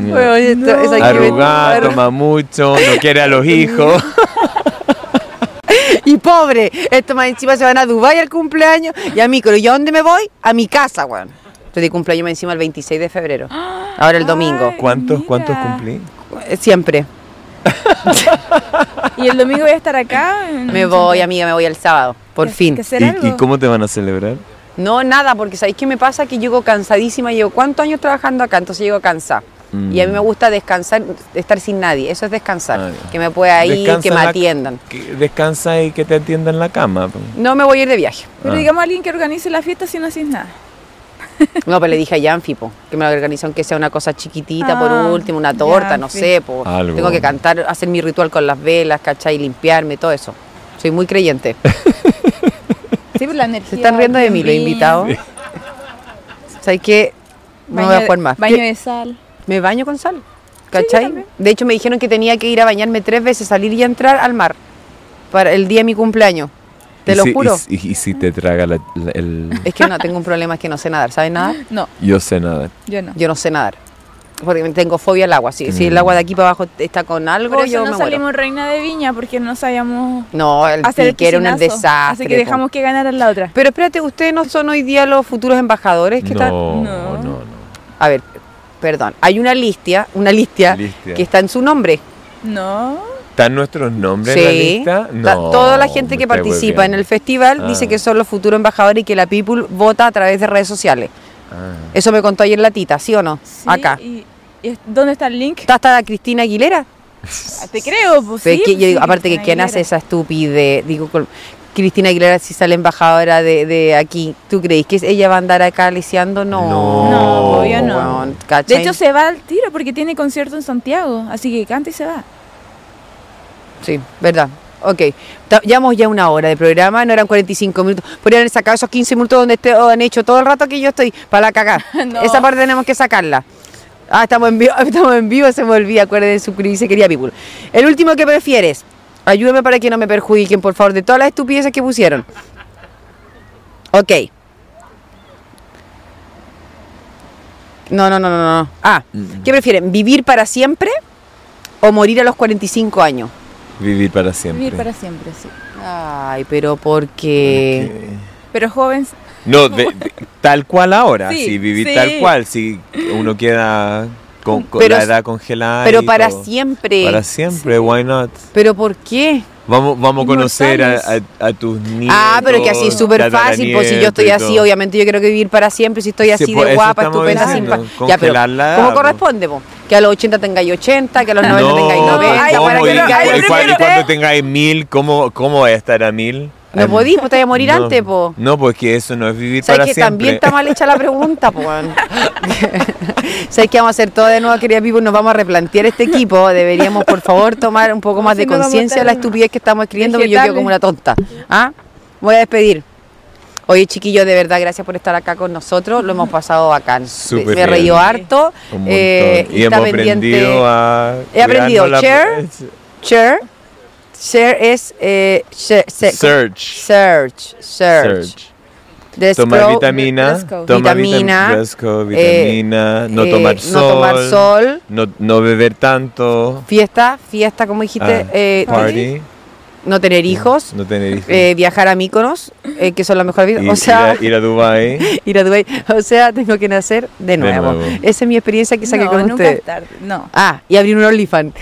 S1: Bueno, esto- esa hay que
S2: Arrugada,
S1: inventar.
S2: toma mucho, no quiere a los hijos.
S1: Y pobre, esto más encima se van a Dubái al cumpleaños y a Micro. ¿Y a dónde me voy? A mi casa, weón. Estoy de cumpleaños más encima el 26 de febrero. Ahora el domingo.
S3: Ay.
S2: ¿Cuántos,
S3: Mira.
S2: cuántos cumplí?
S1: Eh, Siempre.
S3: Y el domingo voy a estar acá. en-
S1: Me voy, amiga, me voy el sábado. Por
S3: Que-
S1: fin.
S3: que hacer algo.
S2: ¿Y, y cómo te van a celebrar?
S1: No, nada, porque ¿sabéis qué me pasa? Que llego cansadísima, llevo cuántos años trabajando acá, entonces llego cansada.
S2: Mm.
S1: Y a mí me gusta descansar, estar sin nadie, eso es descansar,
S2: Ah, ya.
S1: que me pueda ir,
S2: Descansa
S1: que
S2: en
S1: me
S2: la-
S1: atiendan.
S2: que- descansa y que te atiendan en la cama. pues.
S1: No me voy a ir de viaje.
S3: Pero
S2: Ah.
S3: digamos a alguien que organice la fiesta si no haces nada.
S1: No, pero le dije a Yanfi, po, que me lo organizó, aunque sea una cosa chiquitita por
S3: Ah,
S1: último, una torta, no
S3: Yanfi.
S1: sé, po.
S2: Algo.
S1: Tengo que cantar, hacer mi ritual con las velas, ¿cachai? Limpiarme, todo eso. Soy muy creyente.
S3: Sí, pero la energía.
S1: Se están riendo de mí los invitados. ¿Sabes qué? No voy a jugar más.
S3: Baño
S1: ¿Qué?
S3: de sal.
S1: Me baño con sal. ¿Cachai?
S3: también.
S1: de hecho, me dijeron que tenía que ir a bañarme tres veces, salir y entrar al mar. para el día de mi cumpleaños. Te
S2: Y
S1: lo
S2: si- y
S1: juro.
S2: si- Y, si te traga la- la- el...
S1: Es que no tengo un problema, es que no sé nadar. ¿Sabes nadar?
S3: No,
S2: Yo sé nada.
S3: yo no.
S1: Yo no sé nadar. Porque tengo fobia al agua. Si, si el
S2: Mm.
S1: agua de aquí para abajo está con algo,
S3: Por eso
S1: yo
S3: no
S1: me
S3: salimos
S1: muero.
S3: reina de viña porque no sabíamos
S1: No, el
S3: hacer el
S1: pique era un
S3: piscinazo.
S1: desastre.
S3: Así que
S1: po.
S3: dejamos que ganara la otra.
S1: Pero espérate, ¿ustedes no son hoy día los futuros embajadores que están?
S2: no,
S3: No.
S2: no, no.
S1: A ver, perdón. Hay una listia, una listia,
S2: Listia.
S1: que está en su nombre.
S3: No.
S2: ¿Están nuestros nombres en la lista?
S1: Ta-
S2: No.
S1: Toda la gente
S2: me
S1: que
S2: estáis
S1: participa en
S2: hueviando.
S1: el festival
S2: Ah.
S1: dice que son los futuros embajadores y que la people vota a través de redes sociales.
S2: Ah.
S1: Eso me contó ayer la tita, ¿sí o no?
S3: Sí,
S1: Acá.
S3: Y, y es- ¿Dónde está el link?
S1: Está hasta Cristina Aguilera.
S3: Te creo, pues
S1: Pero
S3: sí,
S1: es que
S3: pues
S1: yo digo,
S3: sí,
S1: aparte que
S3: Cristina
S1: quién hace
S3: Aguilera.
S1: esa estupidez, digo, col- Cristina Aguilera si sale embajadora de, de aquí, ¿tú crees que ella va a andar acá aliciando? No,
S2: No.
S3: No, obvio no.
S1: weón,
S3: De
S1: ¿cachai?
S3: hecho se va al tiro porque tiene concierto en Santiago, así que canta y se va.
S1: sí, verdad. Ok, Ta- llevamos ya una hora de programa, no eran 45 minutos. Podrían haber sacado esos 15 minutos donde este- han hecho todo el rato que yo estoy para la cagar.
S3: No.
S1: Esa parte tenemos que sacarla. Ah, estamos en vivo, estamos en vivo, se me olvida, acuérdense, suscribirse, quería People. El último que prefieres, ayúdame para que no me perjudiquen, por favor, de todas las estupideces que pusieron. Ok. No, no, no, no, no. Ah, ¿qué prefieren? ¿Vivir para siempre o morir a los 45 años?
S2: Vivir para siempre.
S3: Vivir para siempre, sí.
S1: Ay, pero porque...
S3: Pero jóvenes,
S2: No, de- de- tal cual ahora.
S3: Sí,
S2: Sí, vivir
S3: sí.
S2: tal cual. Si uno queda con, con
S1: Pero
S2: la
S1: s-
S2: edad congelada.
S1: Pero
S2: y
S1: para
S2: todo.
S1: siempre.
S2: Para siempre, why not?
S1: ¿Pero por qué?
S2: Vamos, vamos a conocer a,
S3: Inmortales.
S2: a- a tus nietos.
S1: Ah, pero que así es súper fácil, pues si yo estoy
S2: tataranietos y
S1: así,
S2: todo.
S1: obviamente yo creo que vivir para siempre, si estoy
S2: Sí,
S1: así
S2: pues,
S1: de
S2: eso
S1: guapa,
S2: estamos
S1: estupenda,
S2: diciendo,
S1: simpática. Ya, pero
S2: congelar la edad,
S1: ¿cómo
S2: pues.
S1: corresponde, vos? Que a los 80 tengáis 80, que a los 90
S2: No,
S1: tengáis 90,
S3: ay,
S1: para
S2: ¿cómo?
S1: que
S2: y,
S3: no
S2: cu-
S1: tengáis-
S2: y cua- y
S3: Ay,
S2: cuando tengáis mil, ¿cómo, ¿cómo voy a estar a mil?
S1: No
S2: Al-
S1: podís, pues te vas a morir
S2: No,
S1: antes, po.
S2: No, pues que eso no es vivir
S1: ¿Sabes
S2: para
S1: que también
S2: siempre.
S1: está mal hecha la pregunta, po? weón? ¿Sabes que vamos a hacer todo de nuevo, querida Pipo? Nos vamos a replantear este equipo. Deberíamos, por favor, tomar un poco más
S3: si
S1: de
S3: no vamos a
S1: conciencia de la
S3: estar
S1: estupidez que estamos escribiendo, porque yo quedo
S3: vegetales.
S1: como una tonta. ¿Ah? Voy a despedir. Oye, chiquillos, de verdad, gracias por estar acá con nosotros. Lo hemos pasado bacán.
S2: Súper
S1: Me he
S2: bien.
S1: reído harto.
S2: Un montón.
S1: eh,
S2: y
S1: está
S2: hemos
S1: pendiente.
S2: aprendido a...
S1: He aprendido
S2: curarnos la-
S1: share, Share. Share es. eh, share- se-
S2: Search.
S1: Search. Search.
S2: Search.
S1: The
S2: Tomar
S1: scroll-
S2: vitamina.
S3: Resco.
S1: Vitamina,
S2: Tomar vitamina. Resco,
S1: eh,
S2: vitamina. no,
S1: eh,
S2: tomar sol,
S1: No tomar sol.
S2: No, no beber tanto.
S1: Fiesta, fiesta, como dijiste,
S2: ah,
S1: eh,
S2: party. Mm.
S1: no tener hijos,
S2: No tener hijos.
S1: eh, viajar a Míconos, eh, que son las mejores
S2: Y-
S1: vidas. O sea,
S2: ir, a, ir a Dubai.
S1: ir a Dubái. O sea, tengo que nacer de nuevo.
S2: nuevo.
S1: Esa es mi experiencia que saqué
S3: no,
S1: con
S3: nunca
S1: ustedes.
S3: es tarde. No.
S1: Ah, y abrir un OnlyFans.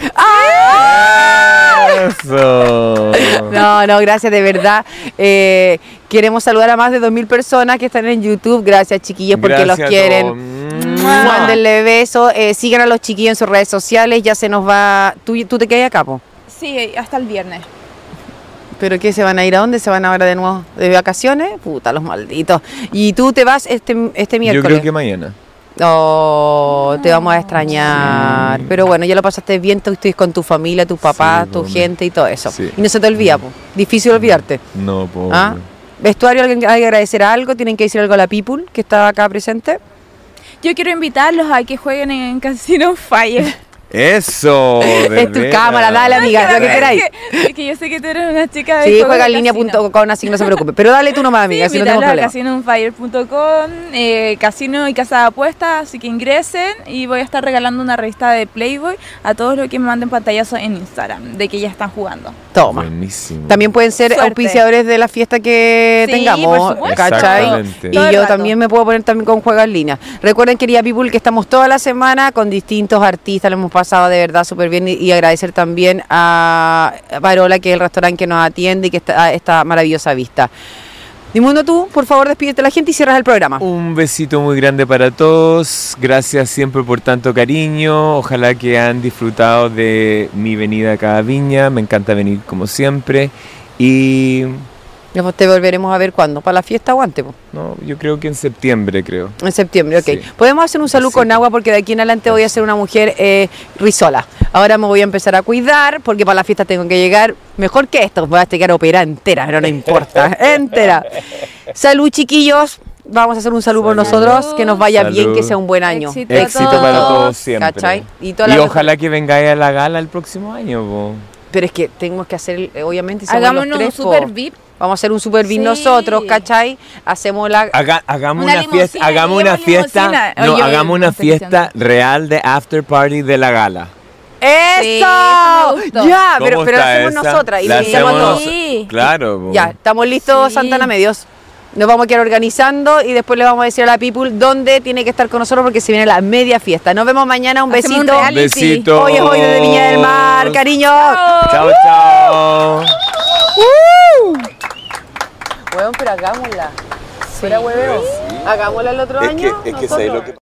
S2: Eso.
S1: No, no, gracias, de verdad. Eh, queremos saludar a más de 2.000 personas que están en YouTube. Gracias, chiquillos, porque los
S2: Gracias, oh, mm.
S1: quieren.
S2: Tom.
S1: Mándenle besos. eh, sigan a los chiquillos en sus redes sociales. Ya se nos va. ¿Tú, tú te quedas acá, po?
S3: Sí, hasta el viernes.
S1: ¿Pero qué? ¿Se van a ir a dónde? ¿Se van ahora de nuevo? ¿De vacaciones? Puta, los malditos. ¿Y tú te vas este, este
S2: Yo
S1: miércoles?
S2: creo que mañana.
S1: Oh, te vamos a extrañar.
S2: Sí.
S1: Pero bueno, ya lo pasaste bien, tú estuviste con tu familia, tus papás,
S2: Sí,
S1: tu
S2: pobre.
S1: gente y todo eso.
S2: Sí.
S1: Y no se te olvida, po. difícil olvidarte.
S2: No, por...
S1: ¿Ah? ¿Vestuario? ¿Alguien hay que agradecer algo? ¿Tienen que decir algo a la people que está acá presente?
S3: Yo quiero invitarlos a que jueguen en Casino Fire.
S2: Eso. de
S1: es tu
S2: veras.
S1: cámara, dale amiga, lo que queráis.
S3: Es que yo sé que tú eres una chica de
S1: Sí,
S3: juegos
S1: juega
S3: de
S1: en línea
S3: casino.
S1: punto con, así que no se preocupe. Pero dale tú nomás, amiga, si no tenemos
S3: Invitarlos a
S1: problema.
S3: CasinoFire.com, eh, casino y casa de apuestas, así que ingresen y voy a estar regalando una revista de Playboy a todos los que me manden pantallazos en Instagram de que ya están jugando.
S1: Toma.
S2: Buenísimo.
S1: También pueden ser
S3: Suerte.
S1: auspiciadores de la fiesta que
S3: Sí, por
S1: tengamos,
S3: supuesto.
S1: ¿cachai?
S2: Exactamente.
S1: Y
S3: Todo el
S1: yo
S3: rato.
S1: también me puedo poner también con Juega en Línea. Recuerden, querida People, que estamos toda la semana con distintos artistas, lo hemos pasado de verdad súper bien y, y agradecer también a Varola, que es el restaurante que nos atiende y que está a esta maravillosa vista. Dimundo, tú, por favor, despídete a la gente y cierras el programa.
S3: Uh.
S2: Un besito muy grande para todos. Gracias siempre por tanto cariño. Ojalá que han disfrutado de mi venida acá a Viña. Me encanta venir como siempre. Y
S1: Nos Te volveremos a ver cuándo, para la fiesta o antes. po?
S2: no, yo creo que en septiembre creo.
S1: En septiembre, ok.
S2: Sí.
S1: Podemos hacer un salud
S2: Sí.
S1: con agua porque de aquí en adelante voy a ser una mujer eh, risola. Ahora me voy a empezar a cuidar porque para la fiesta tengo que llegar mejor que esto. Voy a llegar operada entera, pero no importa. entera. Salud, chiquillos. Vamos a hacer un salud por
S2: Salud.
S1: nosotros. Que nos vaya
S2: Salud.
S1: bien, que sea un buen año. Eh,
S3: Éxito. a
S2: Éxito para
S3: todos.
S2: todos siempre.
S1: ¿Cachai? Y
S2: Y,
S1: todas las-
S2: ojalá que vengáis a la gala el próximo año. po.
S1: Pero es que tenemos que hacer, eh, obviamente, si somos
S3: Hagámonos
S1: los
S3: un
S1: tres,
S3: super
S1: po.
S3: VIP.
S1: Vamos a hacer un super VIP
S3: Sí.
S1: nosotros, ¿cachai? Hacemos la...
S2: Haga- hagamos
S3: Una
S2: una, fiesta,
S3: limusina,
S2: hagamos una
S3: llevemos limusina.
S2: fiesta,
S3: Oye,
S2: no,
S3: oye,
S2: hagamos una
S3: estoy diciendo.
S2: fiesta real de after party de la gala.
S3: Sí,
S1: ¡Eso!
S3: eso me gustó.
S1: ya, pero,
S2: ¿Cómo
S1: pero la
S2: está
S1: hacemos
S2: esa?
S1: nosotras y
S2: La
S1: la
S3: invitamos
S2: hacemos
S3: a
S1: todos.
S3: nosotras.
S2: nos-
S3: Sí.
S2: Claro. po.
S1: Ya, estamos listos,
S3: Sí.
S1: Santana Medios. Nos vamos a quedar organizando y después le vamos a decir a la people dónde tiene que estar con nosotros porque se viene la media fiesta. Nos vemos mañana, un
S3: Hacemos un
S1: besito.
S2: Un
S3: reality.
S2: besito.
S1: Hoy es hoy desde Viña del Mar, cariño.
S2: Chao, chao.
S1: Huevón, pero hagámosla. Fuera hueveo. Hagámosla el otro
S2: Es que, es que sabéis lo que